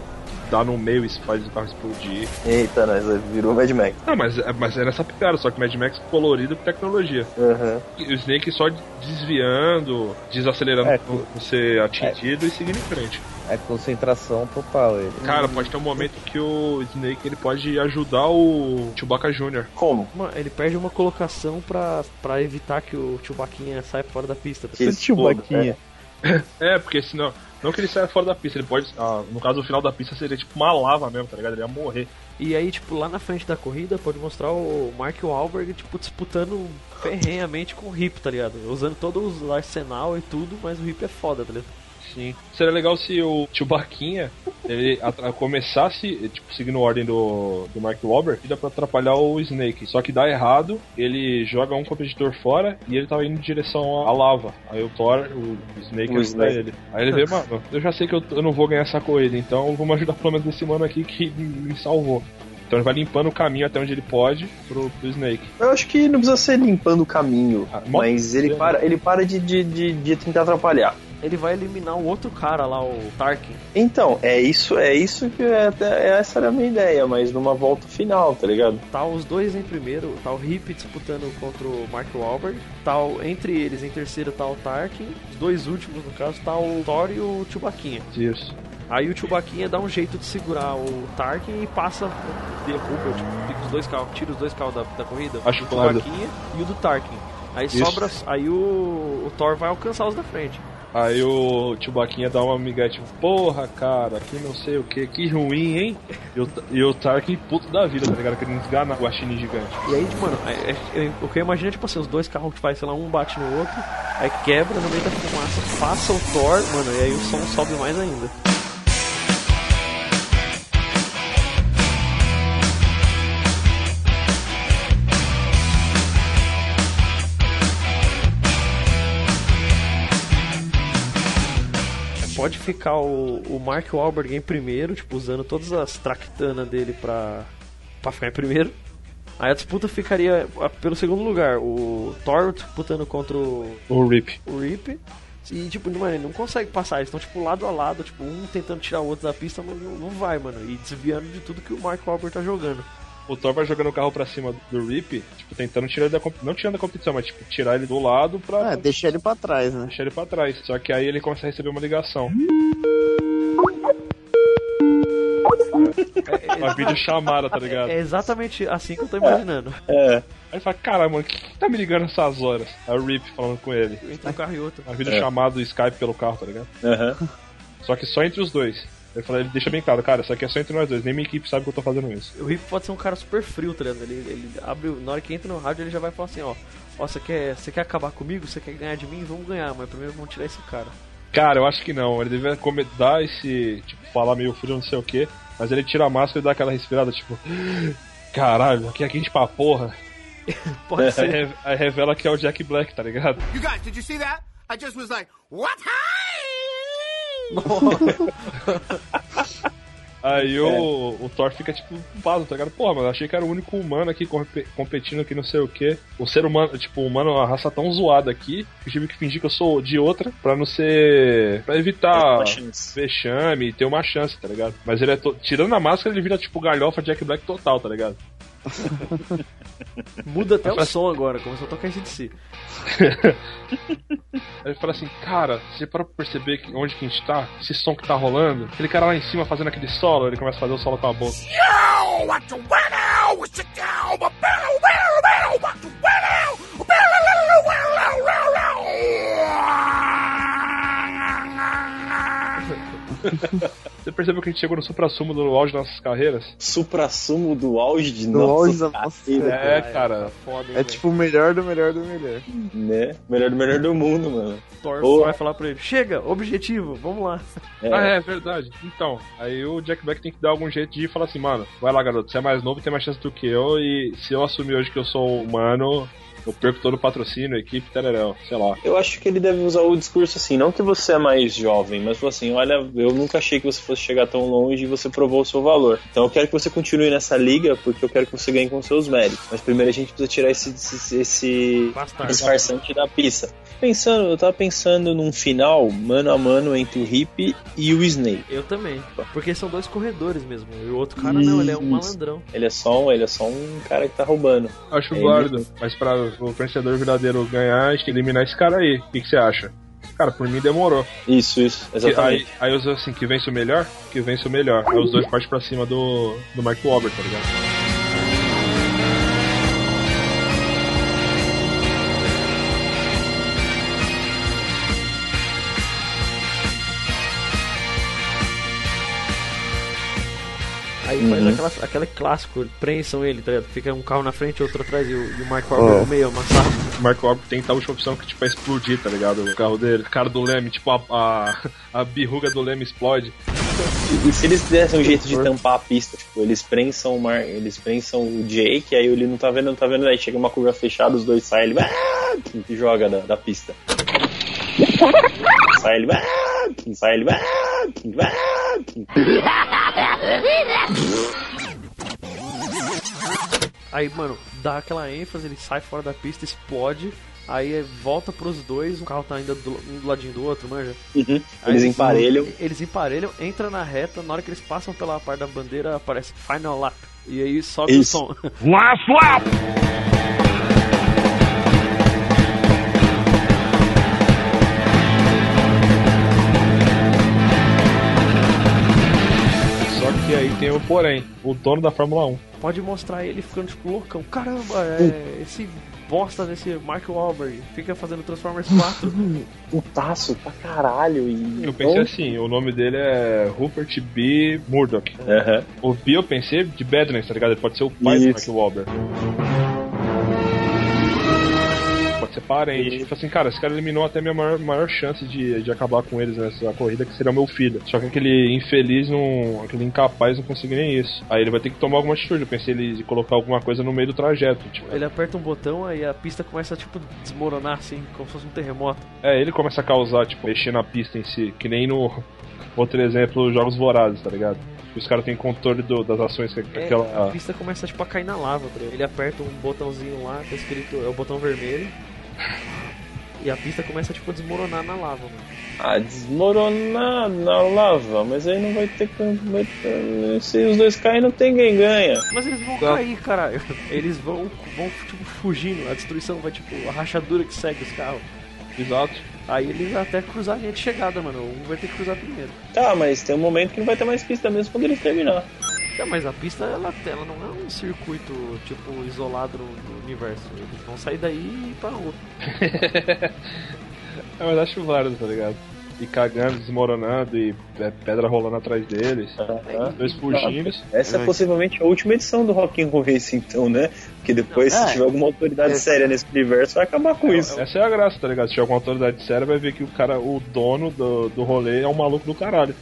[SPEAKER 7] dá no meio e faz o carro explodir.
[SPEAKER 3] Eita, nós virou Mad Max.
[SPEAKER 7] Não, mas, é- mas é nessa pegada, só que Mad Max colorido com tecnologia.
[SPEAKER 3] Aham.
[SPEAKER 7] E o Snake só desviando, desacelerando
[SPEAKER 6] É,
[SPEAKER 7] pra não ser atingido e seguindo em frente.
[SPEAKER 6] É concentração total ele.
[SPEAKER 7] Cara, pode ter um momento que o Snake ele pode ajudar o Chewbacca Jr.
[SPEAKER 3] Como?
[SPEAKER 1] Mano, ele perde uma colocação pra, pra evitar que o Chewbacquinha saia fora da pista.
[SPEAKER 3] Que
[SPEAKER 6] Esse Chewbacquinha.
[SPEAKER 7] É, porque senão. Não que ele saia fora da pista, ele pode. ah, no caso, o final da pista seria tipo uma lava mesmo, tá ligado? Ele ia morrer.
[SPEAKER 1] E aí, tipo, lá na frente da corrida, pode mostrar o Mark Wahlberg, tipo, disputando ferrenhamente com o Hip, tá ligado? Usando todo o arsenal e tudo, mas o Hip é foda, tá ligado?
[SPEAKER 7] Sim. Seria legal se o Chewbacquinha ele atra- começasse, eh, tipo, seguindo a ordem do, do Mark Wahlberg, e dá pra atrapalhar o Snake. Só que dá errado, ele joga um competidor fora e ele tava indo em direção à lava. Aí o Thor, o Snake,
[SPEAKER 3] O
[SPEAKER 7] ajuda
[SPEAKER 3] Snake.
[SPEAKER 7] ele. Aí ele vê, mano, eu já sei que eu, t- eu não vou ganhar essa corrida, então vamos ajudar pelo menos esse mano aqui que me me salvou. Então ele vai limpando o caminho até onde ele pode pro, pro Snake.
[SPEAKER 3] Eu acho que não precisa ser limpando o caminho,
[SPEAKER 7] Ah, mó-
[SPEAKER 3] mas ele para, ele para de, de, de, de tentar atrapalhar.
[SPEAKER 1] Ele vai eliminar o outro cara lá, o Tarkin.
[SPEAKER 3] Então, é isso, é isso que é, é- essa era a minha ideia, mas numa volta final, tá ligado?
[SPEAKER 1] Tá os dois em primeiro, tá o Hip disputando contra o Mark Wahlberg, tá o- entre eles em terceiro tá o Tarkin, os dois últimos no caso tá o Thor e o Chewbacquinha.
[SPEAKER 7] Isso.
[SPEAKER 1] Aí o Chewbacquinha dá um jeito de segurar o Tarkin e passa, derruba, tipo, fica os dois carros, tira os dois carros da, da corrida,
[SPEAKER 7] Acho
[SPEAKER 1] o do
[SPEAKER 7] claro.
[SPEAKER 1] Chewbacquinha e o do Tarkin. Aí
[SPEAKER 7] Isso.
[SPEAKER 1] sobra, aí o, o Thor vai alcançar os da frente.
[SPEAKER 7] Aí o Chewbacquinha dá uma amiga tipo, porra, cara, que não sei o que, que ruim, hein? E o, e o Tarkin puto da vida, tá ligado? Querendo desganar o Guaxinim gigante.
[SPEAKER 1] E aí, mano, é- é- eu- o que eu imagino é tipo assim, os dois carros que faz, sei lá, um bate no outro, aí quebra no meio da fumaça, passa o Thor, mano, e aí o som sobe mais ainda. pode ficar o, o Mark Wahlberg em primeiro, tipo, usando todas as tractanas dele pra, pra ficar em primeiro. Aí a disputa ficaria a- pelo segundo lugar, o Thor disputando contra o.
[SPEAKER 7] O Rip.
[SPEAKER 1] O Rip. E, tipo, mano, ele não consegue passar, eles estão, tipo, lado a lado, tipo, um tentando tirar o outro da pista, mas não, não vai, mano. E desviando de tudo que o Mark Wahlberg tá jogando.
[SPEAKER 7] O Thor vai jogando o carro pra cima do Rip, tipo, tentando tirar ele da comp- Não tirando da competição, mas tipo, tirar ele do lado pra.
[SPEAKER 6] É, deixar ele pra trás, né?
[SPEAKER 7] Deixar ele pra trás. Só que aí ele começa a receber uma ligação. É, uma videochamada, tá ligado?
[SPEAKER 1] É exatamente assim que eu tô imaginando.
[SPEAKER 3] É.
[SPEAKER 7] Aí ele fala, cara, mano, quem que tá me ligando essas horas? Aí o Rip falando com ele.
[SPEAKER 1] Entre um carro e outro.
[SPEAKER 7] Uma videochamada do Skype pelo carro, tá ligado?
[SPEAKER 3] Aham.
[SPEAKER 7] Só que só entre os dois. Ele fala, ele deixa bem claro, cara, isso aqui é só entre nós dois, nem minha equipe sabe que eu tô fazendo isso.
[SPEAKER 1] O Rip pode ser um cara super frio, tá ligado? Ele, ele abre, o- na hora que entra no rádio, ele já vai falar assim, ó. Ó, você quer, você quer acabar comigo? Você quer ganhar de mim? Vamos ganhar, mas primeiro vamos tirar esse cara.
[SPEAKER 7] Cara, eu acho que não. Ele devia come- dar esse. Tipo, falar meio frio, não sei o que. Mas ele tira a máscara e dá aquela respirada, tipo. Caralho, aqui é quente pra porra.
[SPEAKER 1] Pode ser.
[SPEAKER 7] Aí, re- aí revela que é o Jack Black, tá ligado?
[SPEAKER 12] You guys, did you see that? I just was like, what?
[SPEAKER 7] Aí o, o Thor fica tipo vaso, tá ligado? Porra, mano, achei que era o único humano aqui compe- competindo aqui, não sei o que. O ser humano, tipo, o humano é uma raça tão zoada aqui, que eu tive que fingir que eu sou de outra pra não ser. pra
[SPEAKER 3] Ter
[SPEAKER 7] evitar
[SPEAKER 3] uma chance.
[SPEAKER 7] vexame e ter uma chance, tá ligado? Mas ele é. to- Tirando a máscara, ele vira tipo galhofa Jack Black total, tá ligado?
[SPEAKER 1] Muda até o som agora, começou a tocar esse de si.
[SPEAKER 7] Aí ele fala assim, cara, você para pra perceber que- onde que a gente tá? Esse som que tá rolando? Aquele cara lá em cima fazendo aquele solo, ele começa a fazer o solo com a boca.
[SPEAKER 4] Yo, what you want now? What you down? But battle, battle, battle, what you want now? Battle, battle, battle, battle,
[SPEAKER 7] Você percebeu que a gente chegou no supra-sumo do auge das nossas carreiras?
[SPEAKER 3] Supra-sumo do auge de
[SPEAKER 7] Do
[SPEAKER 3] nossa
[SPEAKER 7] auge da nossa
[SPEAKER 3] carreira,
[SPEAKER 7] carreira. É, cara.
[SPEAKER 6] É tipo o melhor do melhor do melhor.
[SPEAKER 3] Né? Melhor do melhor do mundo, mano.
[SPEAKER 1] Thor
[SPEAKER 3] Ou-
[SPEAKER 1] vai falar pra ele, chega, objetivo, vamos lá.
[SPEAKER 7] Ah, é verdade. Então, aí o Jack Black tem que dar algum jeito de falar assim, mano, vai lá, garoto, você é mais novo, tem mais chance do que eu, e se eu assumir hoje que eu sou humano, eu perco todo o patrocínio, a equipe, tereréu, sei lá.
[SPEAKER 3] Eu acho que ele deve usar o discurso assim, não que você é mais jovem, mas falou assim, olha, eu nunca achei que você fosse chegar tão longe e você provou o seu valor. Então eu quero que você continue nessa liga porque eu quero que você ganhe com seus méritos. Mas primeiro a gente precisa tirar esse, esse, esse
[SPEAKER 1] Bastardo.
[SPEAKER 3] disfarçante da pista. Pensando, eu tava pensando num final mano a mano entre o Hip e o Snake.
[SPEAKER 1] Eu também. Porque são dois corredores mesmo. E o outro cara não, ele é um
[SPEAKER 3] Isso.
[SPEAKER 1] malandrão.
[SPEAKER 3] Ele é só um, ele é só um cara que tá roubando.
[SPEAKER 7] Acho
[SPEAKER 3] É
[SPEAKER 7] válido, mas pra o vencedor verdadeiro ganhar, a gente tem que eliminar esse cara aí. O que, que você acha? Cara, por mim demorou.
[SPEAKER 3] Isso, isso,
[SPEAKER 7] Que-
[SPEAKER 3] exatamente.
[SPEAKER 7] Aí, aí os assim, que vence o melhor, que vence o melhor. Aí os dois partem pra cima do, do Mark Wahlberg, tá ligado?
[SPEAKER 1] Aí faz
[SPEAKER 6] Uhum.
[SPEAKER 1] aquela, aquela clássico, prensam ele, tá ligado? Fica um carro na frente, outro atrás e o, e o Mark Wahlberg
[SPEAKER 7] Oh.
[SPEAKER 1] no meio, amassado.
[SPEAKER 7] O Mark Wahlberg tem que dar a última opção que, tipo, é explodir, tá ligado? O carro dele. O cara do Leme, tipo, a, a, a birruga do Leme explode.
[SPEAKER 3] E se eles dessem um jeito de tampar a pista, tipo, eles prensam o mar, eles prensam o Jake, aí ele não tá vendo, não tá vendo, aí chega uma curva fechada, os dois saem, ele "Ah!" e joga da, da pista. Sai ele, "Ah!" sai ele, "Ah!"
[SPEAKER 1] Aí, mano, dá aquela ênfase, ele sai fora da pista, explode. Aí é, volta pros dois, o carro tá ainda do, um do ladinho do outro, manja.
[SPEAKER 3] Uhum.
[SPEAKER 1] Aí
[SPEAKER 3] Eles emparelham.
[SPEAKER 1] Eles emparelham, entra na reta, na hora que eles passam pela parte da bandeira, aparece Final Lap. E aí sobe
[SPEAKER 4] Isso.
[SPEAKER 1] o som.
[SPEAKER 4] Last lap!
[SPEAKER 7] Só que aí tem o porém, o dono da Fórmula 1.
[SPEAKER 1] Pode mostrar ele ficando tipo loucão. Caramba, é, esse bosta desse Mark Wahlberg fica fazendo Transformers 4.
[SPEAKER 3] Putaço pra caralho. E...
[SPEAKER 7] Eu pensei assim, o nome dele é Rupert B. Murdoch.
[SPEAKER 3] Aham.
[SPEAKER 7] O B eu pensei de Badlands, tá ligado? Ele pode ser o pai do Mark Wahlberg. Pode ser parente. Tipo assim, cara, esse cara eliminou até minha maior, maior chance de, de acabar com eles nessa corrida, que seria meu filho. Só que aquele infeliz, não, aquele incapaz não conseguiu nem isso. Aí ele vai ter que tomar alguma atitude. Eu pensei ele de colocar alguma coisa no meio do trajeto. Tipo,
[SPEAKER 1] Ele aperta um botão, aí a pista começa a tipo desmoronar assim, como se fosse um terremoto.
[SPEAKER 7] é, ele começa a causar, tipo, mexer na pista em si, que nem no outro exemplo, Jogos Vorazes, tá ligado? Que Os caras têm controle do- das ações que
[SPEAKER 1] É,
[SPEAKER 7] aquela.
[SPEAKER 1] A pista começa tipo a cair na lava, tá ligado? ele aperta um botãozinho lá, tá escrito, é o botão vermelho. E a pista começa tipo a desmoronar na lava, mano.
[SPEAKER 3] Ah, desmoronar na lava, mas aí não vai ter. como- vai ter- Se os dois caem, não tem quem ganha.
[SPEAKER 1] Mas eles vão
[SPEAKER 3] Tá.
[SPEAKER 1] cair, caralho. Eles vão, vão tipo, fugindo, a destruição vai tipo a rachadura que segue os carros.
[SPEAKER 7] Exato.
[SPEAKER 1] Aí eles até cruzar a linha de chegada, mano. Um vai ter que cruzar primeiro.
[SPEAKER 3] Tá, mas tem um momento que não vai ter mais pista mesmo quando eles terminar.
[SPEAKER 1] É, mas a pista ela, ela não é um circuito tipo isolado no, no universo. Eles vão sair daí e ir pra rua.
[SPEAKER 7] É, mas acho vários, tá ligado? E cagando, desmoronando e pe- pedra rolando atrás deles. Os Dois fugindo.
[SPEAKER 3] É. Ah, Essa é possivelmente a última edição do Rock in Rio Race, então, né? Porque depois,
[SPEAKER 7] Não,
[SPEAKER 3] se
[SPEAKER 7] é.
[SPEAKER 3] tiver alguma autoridade
[SPEAKER 7] É.
[SPEAKER 3] séria nesse universo, vai acabar com isso.
[SPEAKER 7] Essa é a graça, tá ligado? Se tiver alguma autoridade séria, vai ver que o cara, o dono do, do rolê, é um maluco do caralho.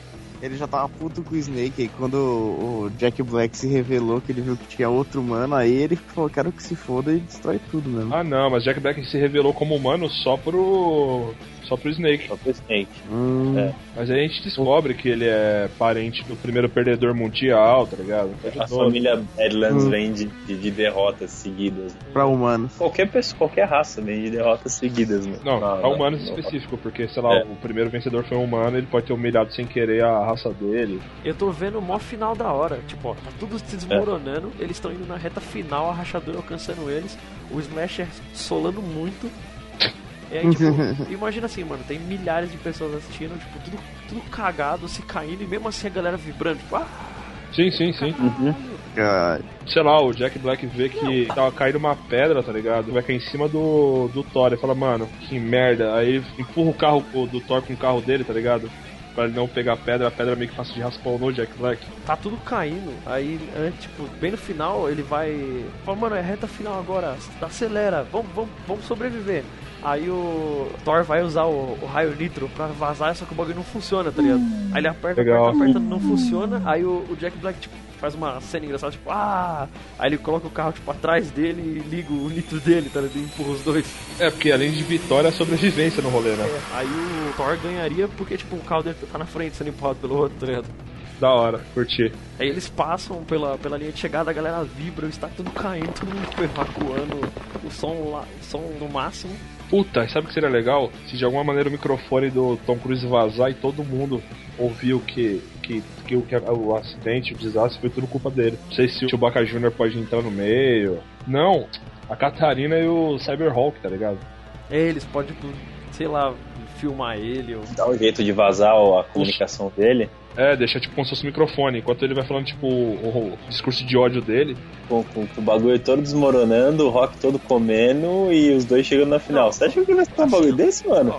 [SPEAKER 6] Ele já tava puto com o Snake aí quando o Jack Black se revelou que ele viu que tinha outro humano, aí ele falou, quero que se foda e destrói tudo mesmo.
[SPEAKER 7] Ah não, mas Jack Black se revelou como humano só pro. só pro Snake. Só
[SPEAKER 3] pro Snake.
[SPEAKER 6] Hum,
[SPEAKER 7] É. Mas aí a gente descobre que ele é parente do primeiro perdedor mundial, tá ligado?
[SPEAKER 3] A família Badlands vem de, de, de derrotas seguidas. né?
[SPEAKER 6] Pra humanos.
[SPEAKER 3] Qualquer pessoa, qualquer raça vem de derrotas seguidas, né? mano.
[SPEAKER 7] Não,
[SPEAKER 3] Na-
[SPEAKER 7] pra humanos
[SPEAKER 3] na-
[SPEAKER 7] em específico, porque, sei lá,
[SPEAKER 3] Ah, É.
[SPEAKER 7] o primeiro vencedor foi um humano, ele pode ter humilhado sem querer a raça dele.
[SPEAKER 1] Eu tô vendo o maior final da hora. Tipo, ó, tá tudo se desmoronando. Eles estão indo na reta final, a rachadura alcançando eles. O Slasher solando muito. E aí, tipo, imagina assim, mano, tem milhares de pessoas assistindo, tipo, tudo, tudo cagado, se caindo, e mesmo assim a galera vibrando, tipo, ah,
[SPEAKER 7] Sim, sim, sim.
[SPEAKER 6] É.
[SPEAKER 7] Sei lá, o Jack Black vê que tava caindo uma pedra, tá ligado? Vai cair em cima do, do Thor e fala, mano, que merda. Aí empurra o carro o- do Thor com o carro dele, tá ligado? Pra ele não pegar a pedra, a pedra meio que fácil de raspar o Jack Black.
[SPEAKER 1] tá tudo caindo. Aí, é, tipo, bem no final, ele vai. Fala, mano, é reta final agora, acelera, vamos, vamos, vamos sobreviver. Aí o Thor vai usar o, o raio nitro pra vazar, só que o bagulho não funciona, tá ligado? Aí ele aperta,
[SPEAKER 7] Legal.
[SPEAKER 1] aperta, aperta, não funciona. Aí o, o Jack Black, tipo, faz uma cena engraçada, tipo, ah! Aí ele coloca o carro, tipo, atrás dele e liga o nitro dele, tá ligado? E empurra os dois.
[SPEAKER 7] É, porque além de vitória, é sobrevivência no rolê, né?
[SPEAKER 1] É, aí o Thor ganharia porque, tipo, o carro dele tá na frente sendo empurrado pelo outro, tá ligado?
[SPEAKER 7] Da hora, curti.
[SPEAKER 1] Aí eles passam pela, pela linha de chegada, a galera vibra, está tudo caindo, todo mundo tipo, evacuando o som, lá, o som no máximo.
[SPEAKER 7] Puta, sabe o que seria legal? Se de alguma maneira o microfone do Tom Cruise vazar e todo mundo ouviu que, que, que, o- que a- o acidente, o desastre foi tudo culpa dele. Não sei se o Chewbacca Jr. pode entrar no meio. Não, a Catarina e o Cyberhawk, tá ligado?
[SPEAKER 1] É, eles podem, tipo, sei lá, filmar ele ou.
[SPEAKER 3] Dá um jeito de vazar a comunicação dele.
[SPEAKER 7] É, deixa tipo como se fosse um microfone, enquanto ele vai falando tipo o, o discurso de ódio dele.
[SPEAKER 3] Com, com- com o bagulho todo desmoronando, o rock todo comendo e os dois chegando na final. Você acha que vai ser um
[SPEAKER 1] Assim,
[SPEAKER 3] bagulho desse, mano?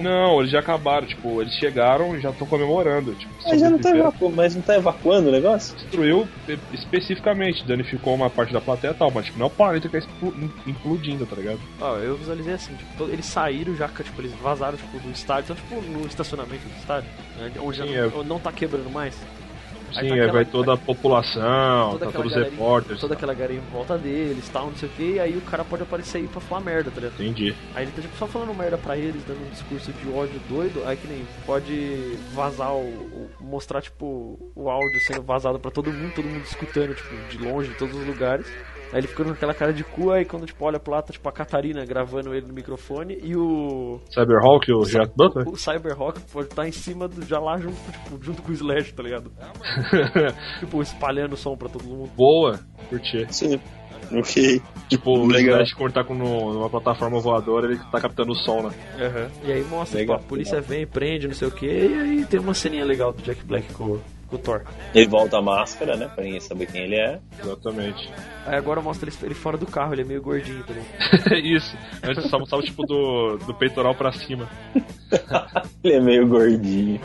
[SPEAKER 7] Não, eles já acabaram, tipo, eles chegaram e já estão comemorando. Tipo,
[SPEAKER 3] Mas já não tá
[SPEAKER 7] sobreviveram.
[SPEAKER 3] evacuando, mas não tá evacuando o negócio?
[SPEAKER 7] destruiu e- especificamente, danificou uma parte da plateia e tal, mas tipo, não é o planeta que tá expl- implodindo, tá ligado?
[SPEAKER 1] Ó, eu visualizei assim, tipo, to- eles saíram já, tipo, eles vazaram tipo, do estádio, então tipo no estacionamento do estádio, né, onde já
[SPEAKER 7] Sim,
[SPEAKER 1] não,
[SPEAKER 7] é.
[SPEAKER 1] onde não tá quebrando mais.
[SPEAKER 7] Sim,
[SPEAKER 1] Aí tá
[SPEAKER 7] aí
[SPEAKER 1] aquela-
[SPEAKER 7] vai toda a população,
[SPEAKER 1] toda
[SPEAKER 7] tá
[SPEAKER 1] aquela
[SPEAKER 7] todos os
[SPEAKER 1] galerinha-
[SPEAKER 7] repórteres.
[SPEAKER 1] Toda aquela galera em volta deles, tal, não sei o que, e aí o cara pode aparecer aí pra falar merda, tá ligado?
[SPEAKER 7] Entendi.
[SPEAKER 1] Aí ele tá tipo, só falando merda pra eles, dando um discurso de ódio doido, aí que nem pode vazar o. o- mostrar, tipo, o áudio sendo vazado pra todo mundo, todo mundo escutando, tipo, de longe, em todos os lugares. Aí ele ficando com aquela cara de cu, aí quando, tipo, olha pro lado, tá, tipo, a Catarina gravando ele no microfone e o.
[SPEAKER 7] Cyberhawk, o Gerard Butler?
[SPEAKER 1] O Cyberhawk pode estar em cima do. já lá junto, tipo, junto com o Slash, tá ligado? tipo, espalhando o som pra todo mundo.
[SPEAKER 7] Boa, curti.
[SPEAKER 3] Sim. Ok.
[SPEAKER 7] Tipo, o
[SPEAKER 1] Legal.
[SPEAKER 7] Slash, quando tá com no- numa plataforma voadora, ele tá captando o som, né?
[SPEAKER 1] E aí mostra,
[SPEAKER 7] Legal.
[SPEAKER 1] tipo, a polícia vem, prende, não sei o que, e aí tem uma ceninha legal do Jack Black com, com o Thor.
[SPEAKER 3] Ele volta a máscara, né? Pra ninguém saber quem ele é.
[SPEAKER 7] Exatamente.
[SPEAKER 1] Aí agora mostra ele, ele fora do carro, ele é meio gordinho, tá ligado?
[SPEAKER 7] Isso, antes só um mostrava tipo do, do peitoral pra cima.
[SPEAKER 3] Ele é meio gordinho.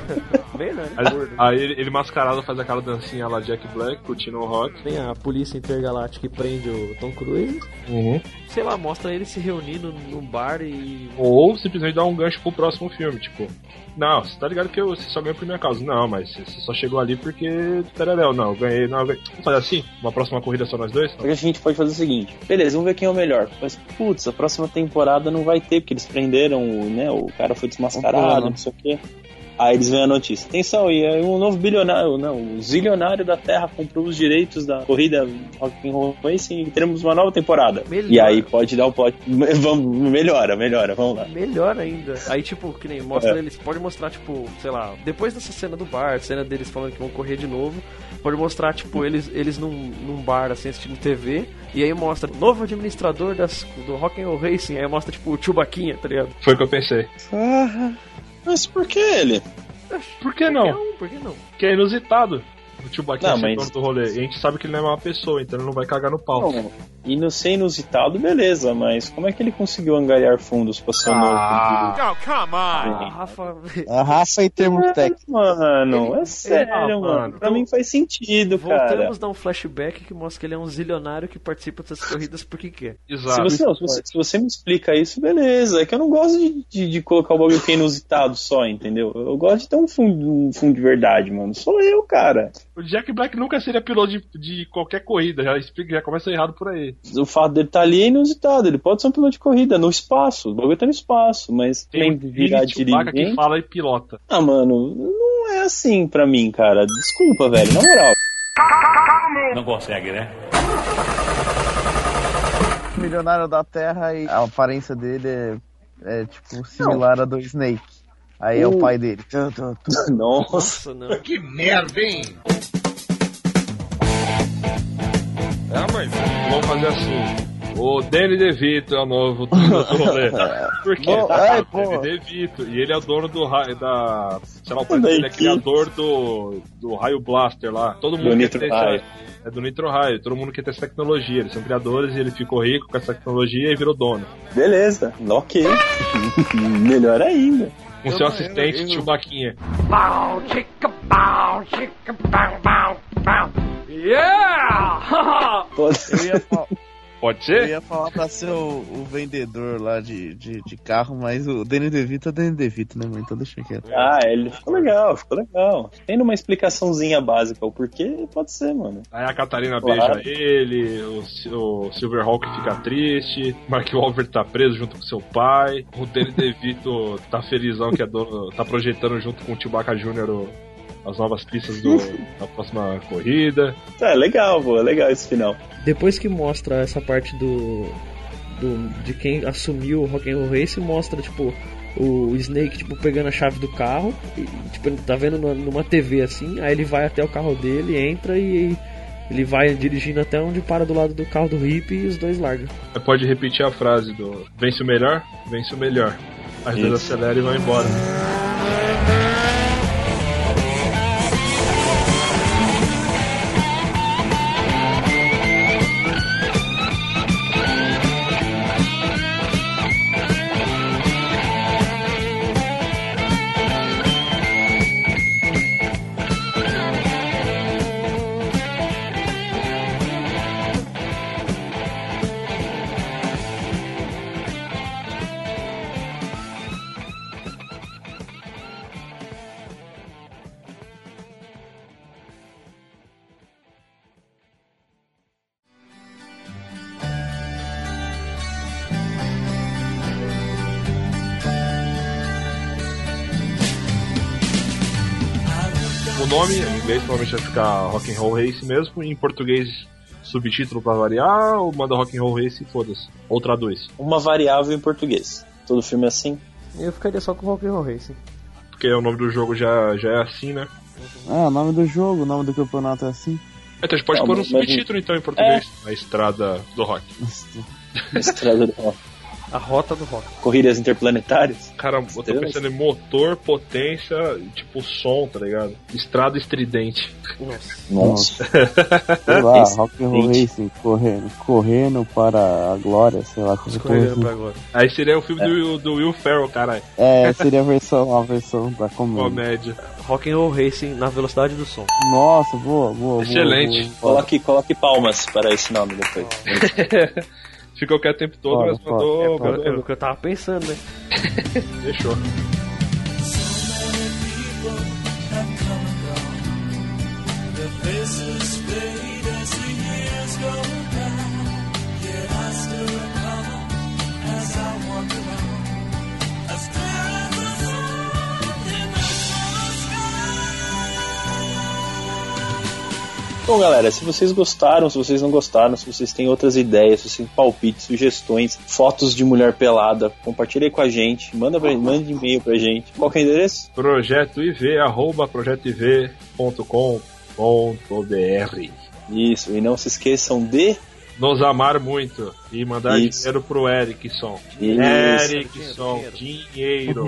[SPEAKER 1] também, né?
[SPEAKER 7] Aí, aí ele, ele mascarado faz aquela dancinha lá Jack Black, curtindo o rock.
[SPEAKER 1] Tem a polícia intergaláctica e prende o Tom Cruise.
[SPEAKER 7] Uhum.
[SPEAKER 1] Sei lá, mostra ele se reunindo num bar e.
[SPEAKER 7] Ou simplesmente dá um gancho pro próximo filme, tipo. Não, você tá ligado que eu, você só ganhou por minha causa. Não, mas você você só chegou ali porque. Tereréu, não, eu ganhei. Não, eu ganhei. Vamos fazer assim? Uma próxima corrida só nós dois?
[SPEAKER 3] Porque a gente pode fazer o seguinte: beleza, vamos ver quem é o melhor. Mas, putz, a próxima temporada não vai ter, porque eles prenderam, o, né? O cara foi
[SPEAKER 1] Não,
[SPEAKER 3] desmascarado,
[SPEAKER 1] não.
[SPEAKER 3] não sei o quê. Aí eles vêm a notícia: atenção, e aí um novo bilionário, não, um zilionário da Terra comprou os direitos da corrida Rock'n'Roll Racing e teremos uma nova temporada.
[SPEAKER 1] Melhor.
[SPEAKER 3] E aí pode dar o pote. Vamos, melhora, melhora, vamos lá.
[SPEAKER 1] Melhor ainda. Aí, tipo, que nem mostra
[SPEAKER 3] É.
[SPEAKER 1] eles. Pode mostrar, tipo, sei lá, depois dessa cena do bar, cena deles falando que vão correr de novo. Pode mostrar, tipo, eles, eles num, num bar, assim, assistindo TV. E aí mostra o novo administrador das, do Rock'n'Roll Racing. Aí mostra, tipo, o Chubaquinha, tá ligado?
[SPEAKER 7] Foi o que eu pensei.
[SPEAKER 3] Mas por que ele?
[SPEAKER 7] Por que não?
[SPEAKER 1] Por que não?
[SPEAKER 7] Que é inusitado. Tipo, O Chewbacca
[SPEAKER 3] Não,
[SPEAKER 7] ser
[SPEAKER 3] mas-
[SPEAKER 7] é dono do rolê. E a gente sabe que ele não é uma pessoa, então ele não vai cagar no pau.
[SPEAKER 3] Não, e não ser inusitado, beleza, mas como é que ele conseguiu angariar fundos pra ser um novo?
[SPEAKER 4] Oh, come
[SPEAKER 1] Ah,
[SPEAKER 4] on.
[SPEAKER 1] Rafa.
[SPEAKER 6] A raça e
[SPEAKER 3] É.
[SPEAKER 6] termos técnicos.
[SPEAKER 3] Mano, é sério,
[SPEAKER 1] Ah,
[SPEAKER 3] mano.
[SPEAKER 1] mano,
[SPEAKER 7] então
[SPEAKER 3] Pra mim faz sentido, cara.
[SPEAKER 1] Voltamos a dar um flashback que mostra que ele é um zilionário que participa dessas corridas porque quer.
[SPEAKER 3] Se você, não, se, você, se você me explica isso, beleza. É que eu não gosto de, de, de colocar o bagulho que é inusitado só, entendeu? Eu gosto de ter um fundo, um fundo de verdade, mano. Sou eu, cara.
[SPEAKER 7] O Jack Black nunca seria piloto de, de qualquer corrida, já explica, já começa errado por aí.
[SPEAKER 3] O fato dele estar ali é inusitado. Ele pode ser um piloto de corrida no espaço. O bagulho tá no espaço, mas
[SPEAKER 7] Tem
[SPEAKER 3] nem
[SPEAKER 7] um
[SPEAKER 3] virar
[SPEAKER 7] Billy Chewbacca que
[SPEAKER 3] dirigente.
[SPEAKER 7] fala e pilota.
[SPEAKER 3] Ah, mano, não é assim pra mim, cara. Desculpa, velho. Na moral.
[SPEAKER 13] Não consegue, né?
[SPEAKER 6] milionário da Terra e a aparência dele é, é, tipo similar à do Snake. Aí é o
[SPEAKER 3] O-
[SPEAKER 6] pai dele. Tu, tu, tu.
[SPEAKER 3] Nossa,
[SPEAKER 1] não.
[SPEAKER 4] Que merda, hein?
[SPEAKER 7] Ah, mas vamos fazer assim. O Danny DeVito é o novo dono do rolê. Por quê?
[SPEAKER 6] Bom, é,
[SPEAKER 7] Porque o Danny DeVito, e ele é o dono do raio da. Sei lá, o pai dele é criador do, do raio blaster lá. Todo
[SPEAKER 3] Do
[SPEAKER 7] mundo quer
[SPEAKER 3] Nitro
[SPEAKER 7] ter
[SPEAKER 3] Raio.
[SPEAKER 7] essa- É do Nitro Raio, todo mundo quer ter essa tecnologia. Eles são criadores e ele ficou rico com essa tecnologia e virou dono.
[SPEAKER 3] Beleza, ok. Melhor ainda.
[SPEAKER 7] Com seu assistente, Chewbacquinha.
[SPEAKER 4] Bow, chicka, bow, chicka, bow, bow, bow. Yeah!
[SPEAKER 6] Eu ia fa-
[SPEAKER 7] Pode
[SPEAKER 6] eu
[SPEAKER 7] ser?
[SPEAKER 6] ia falar pra ser o, o vendedor lá de, de, de carro, mas o Danny DeVito é Danny DeVito, né, mãe? Então deixa quieto.
[SPEAKER 3] Ah, ele ficou legal, ficou legal. Tendo uma explicaçãozinha básica o porquê, pode ser, mano.
[SPEAKER 7] Aí a Catarina
[SPEAKER 3] Claro.
[SPEAKER 7] beija ele, o, Si- o Silverhawk fica triste, Mark Wahlberg tá preso junto com seu pai, o Danny DeVito tá felizão que é dono, tá projetando junto com o Chewbacca Jr. o- as novas pistas do, da próxima corrida.
[SPEAKER 3] É legal, pô, é legal esse final.
[SPEAKER 1] Depois que mostra essa parte do. do de quem assumiu o Rock'n'Roll Race, mostra, tipo, o Snake, tipo, pegando a chave do carro, e, tipo, ele tá vendo numa, numa TV assim, aí ele vai até o carro dele, entra e. ele vai dirigindo até onde para do lado do carro do Hip e os dois largam.
[SPEAKER 7] Aí Pode repetir a frase do vence o melhor, vence o melhor. As duas
[SPEAKER 3] Isso.
[SPEAKER 7] aceleram e vão embora. O nome em inglês provavelmente vai ficar Rock and Roll Race mesmo, e em português subtítulo pra variar, ou manda Rock and Roll Race e foda-se, ou traduz.
[SPEAKER 3] Uma variável em português. Todo filme é assim.
[SPEAKER 1] Eu ficaria só com o Rock'n'Roll Race.
[SPEAKER 7] Porque o nome do jogo já, já é assim, né?
[SPEAKER 6] Ah, o nome do jogo, o nome do campeonato é assim.
[SPEAKER 7] Então a gente pode
[SPEAKER 3] Tá,
[SPEAKER 7] pôr um
[SPEAKER 3] mas-
[SPEAKER 7] subtítulo então em português. A estrada do rock.
[SPEAKER 3] Estrada do Rock.
[SPEAKER 1] A rota do rock.
[SPEAKER 2] Corridas interplanetárias.
[SPEAKER 7] Cara, eu tô pensando em motor, potência, tipo som, tá ligado? Estrada estridente.
[SPEAKER 6] Nossa. Sei lá, Rock and Roll Racing, correndo, correndo para a glória, sei lá. como que é isso?
[SPEAKER 7] Aí seria o filme do, do Will Ferrell, caralho.
[SPEAKER 6] É, seria a versão, a versão da comédia.
[SPEAKER 7] Comédia.
[SPEAKER 1] Rock and Roll Racing na velocidade do som.
[SPEAKER 6] Nossa, boa, boa, boa, boa.
[SPEAKER 2] Coloque, coloque palmas para esse nome depois.
[SPEAKER 7] Ficou quieto o tempo todo,
[SPEAKER 1] Fora,
[SPEAKER 7] mas
[SPEAKER 1] fora. É,
[SPEAKER 7] mandou.
[SPEAKER 1] fora. É o que eu tava pensando, né?
[SPEAKER 7] Deixou.
[SPEAKER 14] Their faces fade as the years go by. Yet I still recall as I walk around. As clear as the sun in the summer
[SPEAKER 2] Bom, galera, se vocês gostaram, se vocês não gostaram, se vocês têm outras ideias, se vocês têm palpites, sugestões, fotos de mulher pelada, compartilha aí com a gente, manda, pra, manda e-mail pra gente. Qual que é o endereço?
[SPEAKER 7] Projeto IV, arroba projetoiv.com.br.
[SPEAKER 2] Isso, e não se esqueçam de.
[SPEAKER 7] Nos amar muito e mandar
[SPEAKER 2] Isso.
[SPEAKER 7] dinheiro pro Erickson.
[SPEAKER 2] Isso.
[SPEAKER 7] Erickson, dinheiro.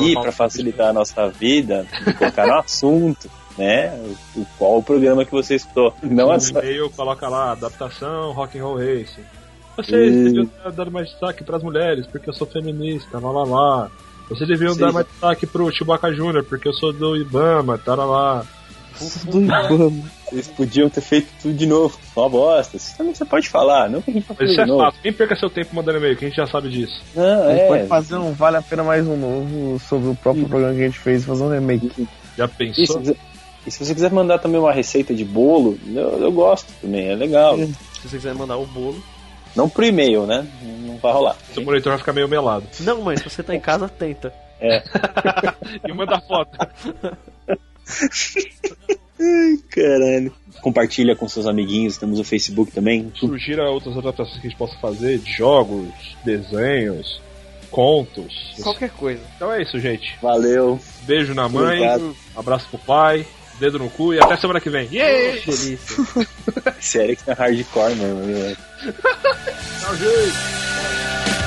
[SPEAKER 2] E para facilitar a nossa vida, de colocar no assunto, né? O, qual o programa que você escutou. Não
[SPEAKER 7] No
[SPEAKER 2] essa.
[SPEAKER 7] um e-mail coloca lá, adaptação, rock and roll racing. Vocês
[SPEAKER 2] Hum.
[SPEAKER 7] deviam dar- dar mais destaque pras mulheres, porque eu sou feminista, lá lá lá. Vocês deviam
[SPEAKER 2] Sim.
[SPEAKER 7] dar mais destaque pro Chewbacca Jr., porque eu sou do Ibama,
[SPEAKER 2] Ah,
[SPEAKER 7] taralá.
[SPEAKER 6] Do Ibama.
[SPEAKER 2] Vocês podiam ter feito tudo de novo. Uma bosta. Você também você pode falar, não que a gente vai
[SPEAKER 7] Mas
[SPEAKER 2] fazer
[SPEAKER 7] isso
[SPEAKER 2] de
[SPEAKER 7] é
[SPEAKER 2] novo.
[SPEAKER 7] fácil, nem perca seu tempo mandando e-mail, que a gente já sabe disso.
[SPEAKER 2] Não,
[SPEAKER 6] A gente
[SPEAKER 2] é.
[SPEAKER 6] pode fazer um Vale a Pena Mais Um Novo sobre o próprio programa que a gente fez, fazer um remake.
[SPEAKER 7] Já
[SPEAKER 2] E se,
[SPEAKER 7] pensou?
[SPEAKER 2] quiser- e se você quiser mandar também uma receita de bolo, eu, eu gosto também, é legal.
[SPEAKER 1] Se você quiser mandar o bolo.
[SPEAKER 2] Não pro e-mail, né? Não vai rolar.
[SPEAKER 7] Seu monitor vai ficar meio melado.
[SPEAKER 1] Não, mãe, se você tá em casa, tenta.
[SPEAKER 2] É.
[SPEAKER 7] e manda foto.
[SPEAKER 2] Ai, caralho. Compartilha com seus amiguinhos, temos o Facebook também.
[SPEAKER 7] Sugira outras adaptações que a gente possa fazer, de jogos, desenhos, contos.
[SPEAKER 1] Qualquer coisa.
[SPEAKER 7] Então é isso, gente.
[SPEAKER 2] Valeu.
[SPEAKER 7] Beijo na mãe,
[SPEAKER 2] Obrigado.
[SPEAKER 7] abraço pro pai, dedo no cu e até semana que vem. Yeah!
[SPEAKER 2] Sério que tá hardcore mesmo, né?
[SPEAKER 7] Tchau, gente!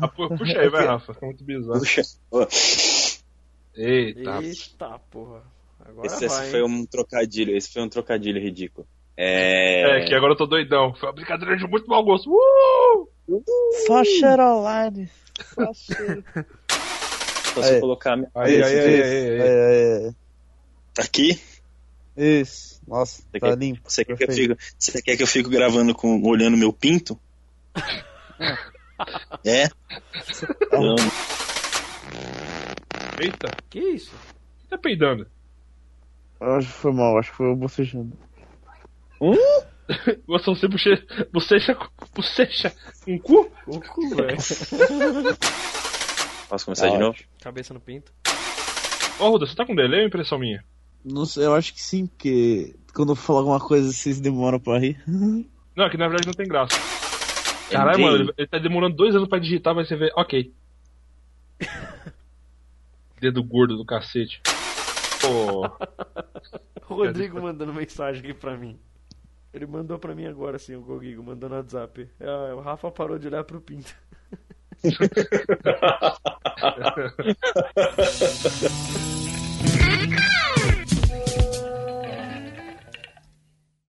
[SPEAKER 7] Ah, pu- Puxa aí, vai, Rafa. Ficou muito bizarro.
[SPEAKER 2] Puxa.
[SPEAKER 7] Eita.
[SPEAKER 1] Eita, Tá, porra. Agora
[SPEAKER 2] Esse, esse
[SPEAKER 1] vai.
[SPEAKER 2] foi
[SPEAKER 1] hein?
[SPEAKER 2] um trocadilho, esse foi um trocadilho ridículo. É.
[SPEAKER 7] É, que agora eu tô doidão. Foi uma brincadeira de muito mau gosto. Uh!
[SPEAKER 6] Só Xerolade. Só cheiro.
[SPEAKER 2] Só se eu colocar a minha
[SPEAKER 7] Aí, aí, aí, aí, aí.
[SPEAKER 6] É,
[SPEAKER 2] Aqui?
[SPEAKER 6] isso. Nossa,
[SPEAKER 2] Você
[SPEAKER 6] tá
[SPEAKER 2] quer-
[SPEAKER 6] limpo.
[SPEAKER 2] Você quer, que eu
[SPEAKER 6] perfeito.
[SPEAKER 2] fico, você quer que eu fico gravando com. olhando meu pinto? é? Não.
[SPEAKER 7] Eita.
[SPEAKER 1] Que isso?
[SPEAKER 7] Tá peidando.
[SPEAKER 6] Eu Acho que foi mal, acho que foi eu bocejando.
[SPEAKER 7] Você você bochecha. Bochecha. Bochecha. Um cu?
[SPEAKER 1] O cu, velho.
[SPEAKER 2] Posso começar
[SPEAKER 6] Tá
[SPEAKER 2] de novo?
[SPEAKER 1] Cabeça no pinto.
[SPEAKER 7] Ô, Ruda, você tá com delay ou é impressão minha?
[SPEAKER 6] Não sei, eu acho que sim, porque quando eu falo alguma coisa vocês demoram pra rir.
[SPEAKER 7] Não, é que na verdade não tem graça. Caralho,
[SPEAKER 2] Entendi.
[SPEAKER 7] mano, ele- ele tá demorando dois anos pra digitar, mas você vê. Ok. Dedo gordo do cacete. Pô.
[SPEAKER 1] O Rodrigo mandando mensagem aqui pra mim. Ele mandou pra mim agora, assim, o Gogigo, mandou no WhatsApp. Ah, o Rafa parou de olhar pro pinto.